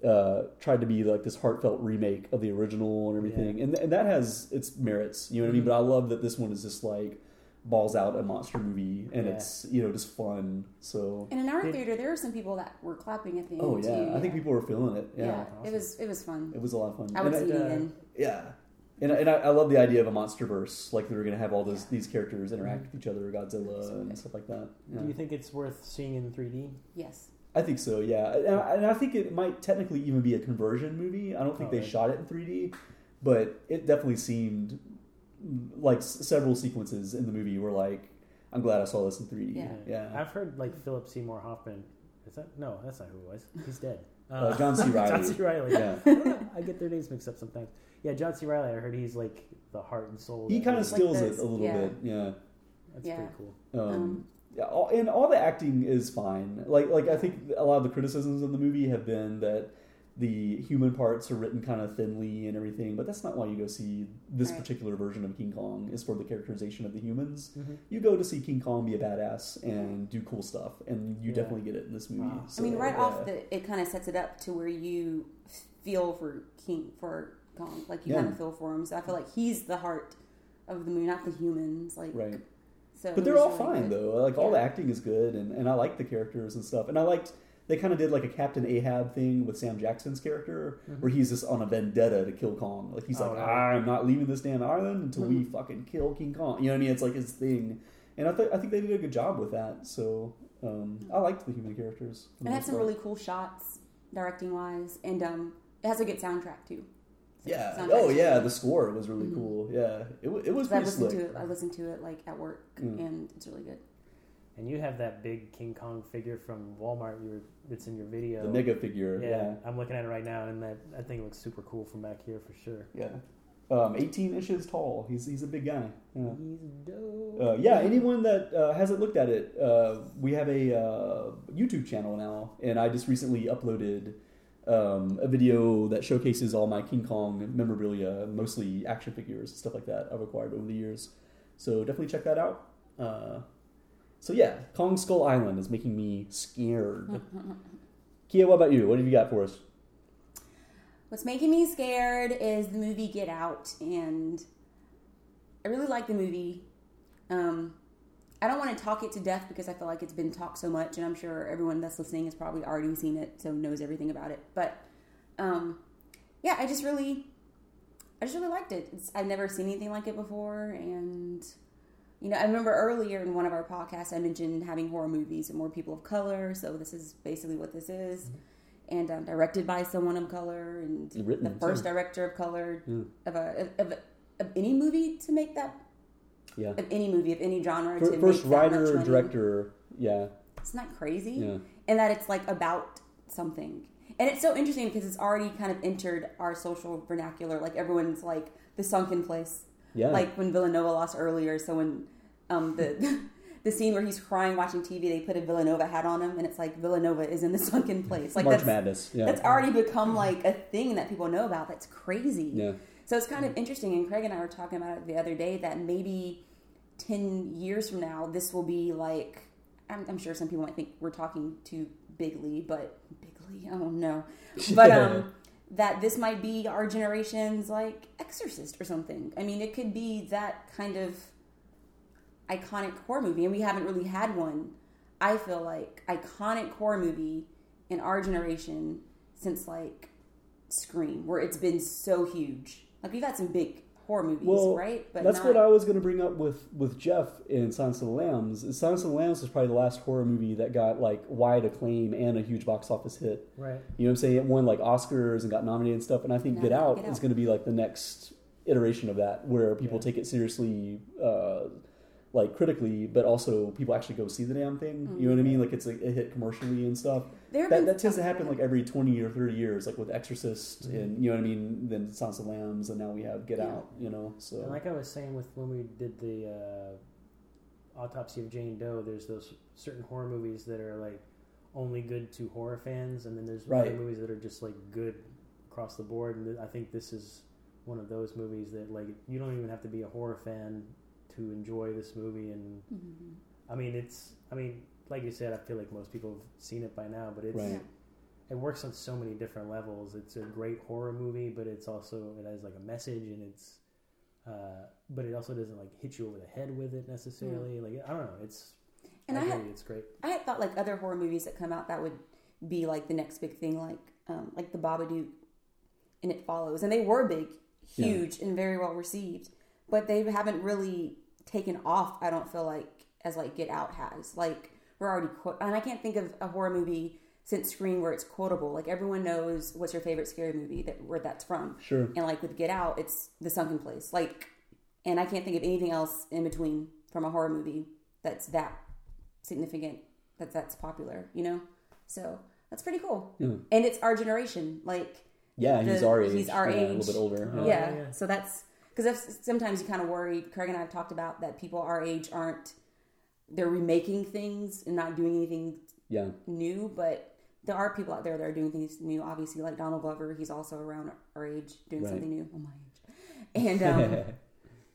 A: uh, tried to be like this heartfelt remake of the original and everything, and and that has its merits. You know what I mean?
J: Mm-hmm.
A: But I love that this one is just like balls out a monster movie, and
J: Yeah.
A: it's you know just fun. So
B: And in our theater, there were some people that were clapping at the end.
A: oh
B: too.
A: yeah, I think people were feeling it.
B: Yeah,
A: Yeah,
B: it was it was fun.
A: it uh, was a lot of fun.
B: I would
A: And
B: see it again.
A: yeah, and and I, I love the idea of a monster verse, like they were going to have all those these characters interact with each other, Godzilla and stuff like that. Yeah.
J: Do you think it's worth seeing in 3D?
B: Yes.
A: I think so, yeah, and I, and I think it might technically even be a conversion movie. I don't think they
J: Probably.
A: shot it in three D, but it definitely seemed like s- several sequences in the movie were like, "I'm glad I saw this in three D."
B: Yeah.
A: yeah.
J: I've heard like Philip Seymour Hoffman. Is that no? That's not who it was. He's dead.
A: Uh, John C.
J: *laughs*
A: Riley.
J: John C. Riley.
A: Yeah.
J: I don't know. I get their names mixed up sometimes. Yeah, John C. Riley. I heard he's like the heart and soul.
A: He
J: that
A: kind of
J: movie.
A: steals
B: those,
A: it a little
B: yeah.
A: bit, yeah.
J: That's
B: Yeah.
J: pretty cool.
A: Um, yeah, all, and all the acting is fine. Like, like I think a lot of the criticisms in the movie have been that the human parts are written kind of thinly and everything, but that's not why you go see this
B: Right.
A: particular version of King Kong. Is for the characterization of the humans. You go to see King Kong be a badass and do cool stuff, and you
J: Yeah.
A: definitely get it in this movie.
J: Wow. I
A: So,
B: I mean, right off
A: yeah.
B: the, it kind of sets it up to where you feel for King for Kong, like you
A: Yeah.
B: kind of feel for him. So I feel like he's the heart of the movie, not the humans. Like,
A: right.
B: So
A: But
B: it
A: they're
B: was
A: all
B: really
A: fine
B: good.
A: though. Like all the
B: Yeah.
A: acting is good, and, and I like the characters and stuff. And I liked they kind of did like a Captain Ahab thing with Sam Jackson's character,
B: Mm-hmm.
A: where he's just on a vendetta to kill Kong. Like he's
J: Oh,
A: like,
J: right.
A: I'm not leaving this damn island until we
B: Mm-hmm.
A: fucking kill King Kong. You know what I mean? It's like his thing. And I, th- I think they did a good job with that. So um, I liked the human characters. for the
B: And
A: most
B: that's some
A: part.
B: really cool shots, directing wise, and um, it has a good soundtrack too.
A: yeah.
B: soundtrack's
A: Oh yeah,
B: really-
A: the score was really cool. Yeah, it, wa- it was
B: So Mm-hmm. I
A: pretty
B: listened
A: slick.
B: to it. I listened to it like at work,
A: Mm.
B: and it's really good.
J: And you have that big King Kong figure from Walmart. You were, that's in your video.
A: The mega figure.
J: Yeah,
A: yeah.
J: I'm looking at it right now, and that I think it looks super cool from back here for sure.
A: Yeah. Um, 18 inches tall. He's, he's a big guy. Yeah.
J: He's dope.
A: Uh, yeah, anyone that uh, hasn't looked at it, uh, we have a uh, YouTube channel now, and I just recently uploaded um, a video that showcases all my King Kong memorabilia, mostly action figures, stuff like that I've acquired over the years. So definitely check that out. Uh, so yeah, Kong Skull Island is making me scared. Kia, what about you? What have you got for us?
B: What's making me scared is the movie Get Out, and I really like the movie. Um, I don't want to talk it to death because I feel like it's been talked so much, and I'm sure everyone that's listening has probably already seen it, so knows everything about it. But um, yeah, I just really, I just really liked it. It's, I've never seen anything like it before, and you know, I remember earlier in one of our podcasts I mentioned having horror movies and more people of color, so this is basically what this is. And um, directed by someone of color, and
A: Written,
B: the first
A: too.
B: director of color of a of, of any movie to make that
A: Yeah.
B: of any movie of any genre to
A: Fir- First
B: make that much
A: writer,
B: money.
A: director. Yeah.
B: It's not crazy,
A: Yeah.
B: and that it's like about something, and it's so interesting because it's already kind of entered our social vernacular. Like everyone's like the sunken place.
A: Yeah.
B: Like when Villanova lost earlier, so when um, the *laughs* the scene where he's crying watching TV, they put a Villanova hat on him, and it's like Villanova is in the *laughs* sunken place. Like
A: March
B: that's,
A: Madness. Yeah.
B: that's already become like a thing that people know about. That's crazy.
A: Yeah.
B: So it's kind of interesting. And Craig and I were talking about it the other day that maybe 10 years from now, this will be like, I'm, I'm sure some people might think we're talking to Bigley, but Bigley, oh no. But um, that this might be our generation's like Exorcist or something. I mean, it could be that kind of iconic horror movie, and we haven't really had one. I feel like iconic horror movie in our generation since like Scream, where it's been so huge. Like we've had some big horror movies,
A: Well,
B: right?
A: that's what I was going to bring up with with Jeff in Silence of the Lambs. is Silence of the Lambs was probably the last horror movie that got like wide acclaim and a huge box office hit.
J: Right.
A: You know what I'm saying? It won like Oscars and got nominated and stuff. And I think Get, Out
B: Get
A: is
B: Out.
A: going to be like the next iteration of that, where people take it seriously, uh, like critically, but also people actually go see the damn thing. You
B: Mm-hmm.
A: know what I mean? Like it's a, a hit commercially and stuff.
B: There have
A: that,
B: been-
A: that tends to happen like every 20 or 30 years, like with Exorcist
B: Mm-hmm.
A: and you know what I mean. Then Silence of the Lambs, and now we have Get Out. You know, so
J: And like I was saying with when we did the uh, autopsy of Jane Doe, there's those certain horror movies that are like only good to horror fans, and then there's
A: Right.
J: other movies that are just like good across the board. And th- I think this is one of those movies that like you don't even have to be a horror fan to enjoy this movie. And I mean, it's I mean, like you said, I feel like most people have seen it by now, but it's
A: Right. Yeah.
J: it works on so many different levels. It's a great horror movie, but it's also it has like a message and it's uh, but it also doesn't like hit you over the head with it necessarily. Like I don't know, it's
B: Hmm. And
J: I,
B: I had-
J: agree, it's great.
B: I had thought like other horror movies that come out that would be like the next big thing, like um, like the Babadook and It Follows, and they were big, huge, and very well received, but they haven't really taken off. I don't feel like as like Get Out has. Like we're already quote, and I can't think of a horror movie since Scream where it's quotable. Like everyone knows what's your favorite scary movie that where that's from.
A: Sure.
B: And like with Get Out, it's The Sunken Place. Like, and I can't think of anything else in between from a horror movie that's that significant that that's popular, you know? So that's pretty cool. And it's our generation. Like,
A: yeah, he's
B: the-
A: our age.
B: he's our
A: yeah, a
B: age.
A: little bit older.
B: yeah.
A: Oh, yeah.
J: yeah.
B: So that's because sometimes you kind of worry. Craig and I have talked about that people our age aren't, they're remaking things and not doing anything
A: Yeah.
B: new, but there are people out there that are doing things new. Obviously, like Donald Glover, he's also around our age doing
A: Right.
B: something new. Oh my age,
A: *laughs*
B: and um,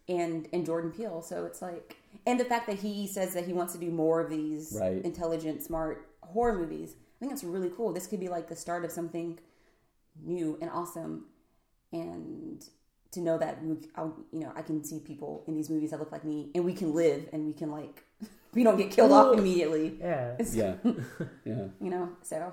B: and and Jordan Peele. So it's like, and the fact that he says that he wants to do more of these
A: Right.
B: intelligent, smart horror movies. I think that's really cool. This could be like the start of something new and awesome, and to know that we, I'll, you know, I can see people in these movies that look like me, and we can live, and we can like, *laughs* we don't get killed off immediately.
J: Yeah,
A: Yeah.
B: *laughs*
A: yeah.
B: You know, so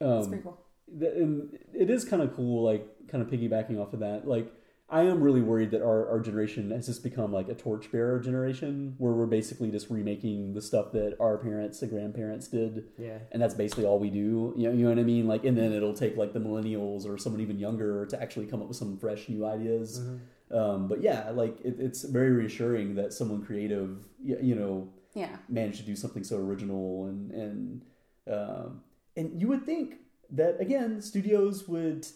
B: it's pretty
A: Um,
B: cool.
A: th- and it is kind of cool, like kind of piggybacking off of that. Like, I am really worried that our, our generation has just become like a torchbearer generation, where we're basically just remaking the stuff that our parents and grandparents did.
J: Yeah.
A: and that's basically all we do. You know, you know what I mean? Like, and then it'll take like the millennials or someone even younger to actually come up with some fresh new ideas. Um, but yeah, like it, it's very reassuring that someone creative, y- you know,
B: Yeah.
A: managed to do something so original and and um, and you would think that again studios would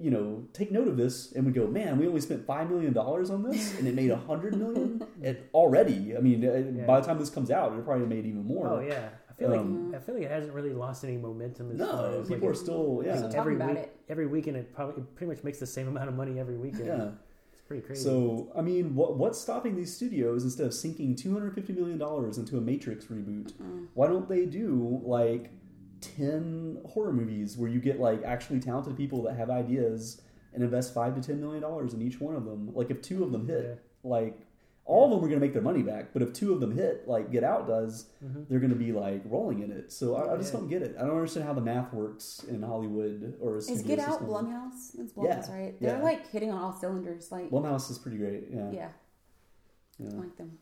A: you know take note of this and would go man we only spent five million dollars on this and it made a hundred
J: *laughs*
A: million it already i mean uh by the time this comes out it probably made even more
J: Oh yeah, I feel
A: Um,
J: like I feel like it hasn't really lost any momentum. As far
A: no
J: as,
A: people are
J: like,
A: still yeah
B: Talking
J: every
B: about
J: week,
B: it.
J: every weekend it probably it pretty much makes the same *laughs* amount of money every weekend.
A: yeah
J: It's pretty crazy.
A: so i mean what what's stopping these studios instead of sinking 250 million dollars into a matrix reboot
B: Mm.
A: why don't they do like 10 horror movies where you get like actually talented people that have ideas and invest 5 to 10 million dollars in each one of them like if two of them hit like all of them are going to make their money back but if two of them hit like get out does
B: Mm-hmm.
A: they're going to be like rolling in it so I, I just don't get it i don't understand how the math works in hollywood or a
B: Is
A: studio
B: Get Out
A: system.
B: Blumhouse? It's Blumhouse,
A: Yeah.
B: right? They're
A: Yeah.
B: like hitting on all cylinders. Like,
A: blumhouse is pretty great yeah
B: yeah. I like them.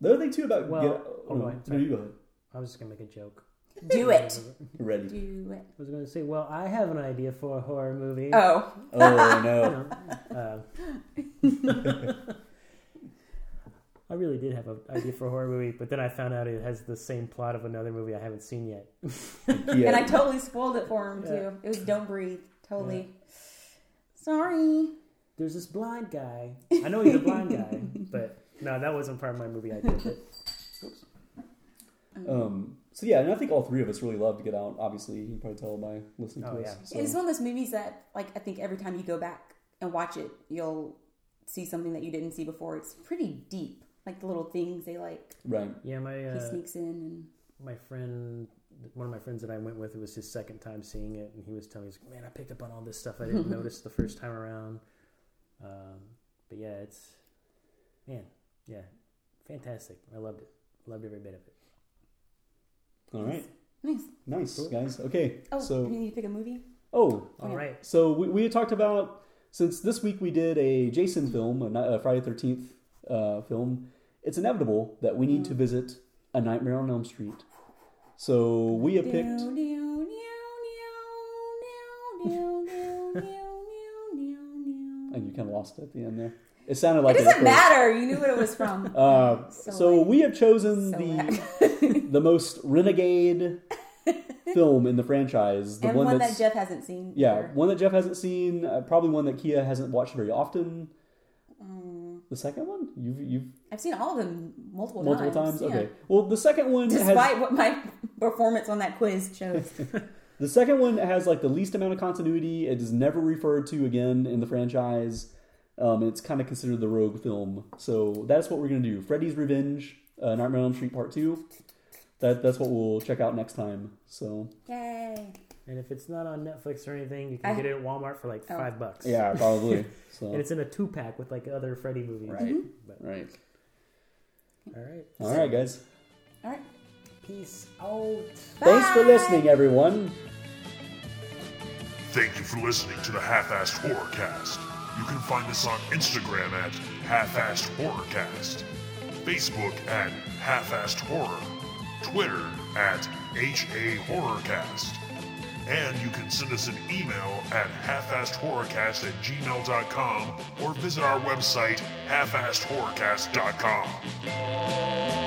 A: The other thing too about
J: Well,
A: get out,
J: oh, go ahead,
A: no,
J: sorry.
A: you go ahead.
J: I was just gonna make a joke.
B: Do it.
A: You're
J: *laughs*
A: ready.
B: Do it.
J: I was gonna say, well, I have an idea for a horror movie.
B: Oh.
A: Oh
J: *laughs*
A: no!
J: Uh, I really did have an idea for a horror movie, but then I found out it has the same plot of another movie I haven't seen yet.
A: Yeah.
B: And I totally spoiled it for him, too. It was Don't Breathe. Totally. Sorry.
J: There's this blind guy. I know he's a blind guy,
B: *laughs*
J: but no, that wasn't part of my movie idea. But
A: um, so yeah, and I think all three of us really love to get out. Obviously, you can probably tell by listening
J: Oh,
A: to us.
J: yeah.
A: So-
B: It's one of those movies that, like, I think every time you go back and watch it, you'll see something that you didn't see before. It's pretty deep. Like, the little things they, like,
A: right.
J: yeah, my
B: he
J: uh,
B: sneaks in and...
J: my friend, one of my friends that I went with, it was his second time seeing it, and he was telling me, he's like, "Man, I picked up on all this stuff I
B: *laughs*
J: didn't notice the first time around." Um, but yeah, it's man, yeah, fantastic. I loved it. Loved every bit of it.
A: All right.
B: Nice.
A: Nice guys. Okay.
B: Oh,
A: so
B: you need to pick a movie?
A: oh,
J: All right,
A: so we, we had talked about since this week we did a Jason film, a, ni- a Friday Thirteenth uh, film, it's inevitable that we
B: Mm.
A: need to visit A Nightmare on Elm Street. So we have picked. *laughs* And you kind of lost it at the end there. It sounded like
B: It
A: was
B: doesn't matter. You knew what it was from.
A: *laughs* Uh, so
B: So lame.
A: we have chosen
B: So
A: the *laughs*
B: bad.
A: the most renegade film in the franchise, the
B: *laughs* and one,
A: that's
B: that Jeff hasn't seen.
A: yeah,
B: either.
A: one that Jeff hasn't seen, uh, probably one that Kia hasn't watched very often.
B: Mm.
A: The second one you've you've
B: I've seen all of them multiple,
A: multiple times.
B: yeah. *laughs*
A: Okay, well the second one
B: Despite
A: has
B: what my *laughs* performance on that quiz
A: *laughs*
B: shows.
A: the second one has like the least amount of continuity. It is never referred to again in the franchise. Um, and it's kind of considered the rogue film. So that's what we're gonna do. Freddy's Revenge, uh, Nightmare on Elm Street Part Two. That that's what we'll check out next time. So
B: Yay.
J: And if it's not on Netflix or anything, you can
B: I- Oh.
J: get it at Walmart for like five bucks.
A: yeah, probably. *laughs* So
J: And it's in a two pack with like other Freddy movies.
A: right,
B: Mm-hmm.
J: But,
A: right.
J: all right.
A: All right, guys.
B: All right.
J: Peace out.
A: Thanks for listening, everyone.
G: Thank you for listening to the Half-Assed Horrorcast. You can find us on Instagram at Half-Assed Horrorcast, Facebook at Half-Assed Horror, Twitter at HA Horrorcast, and you can send us an email at halfassedhorrorcast at gmail.com or visit our website, halfassedhorrorcast.com.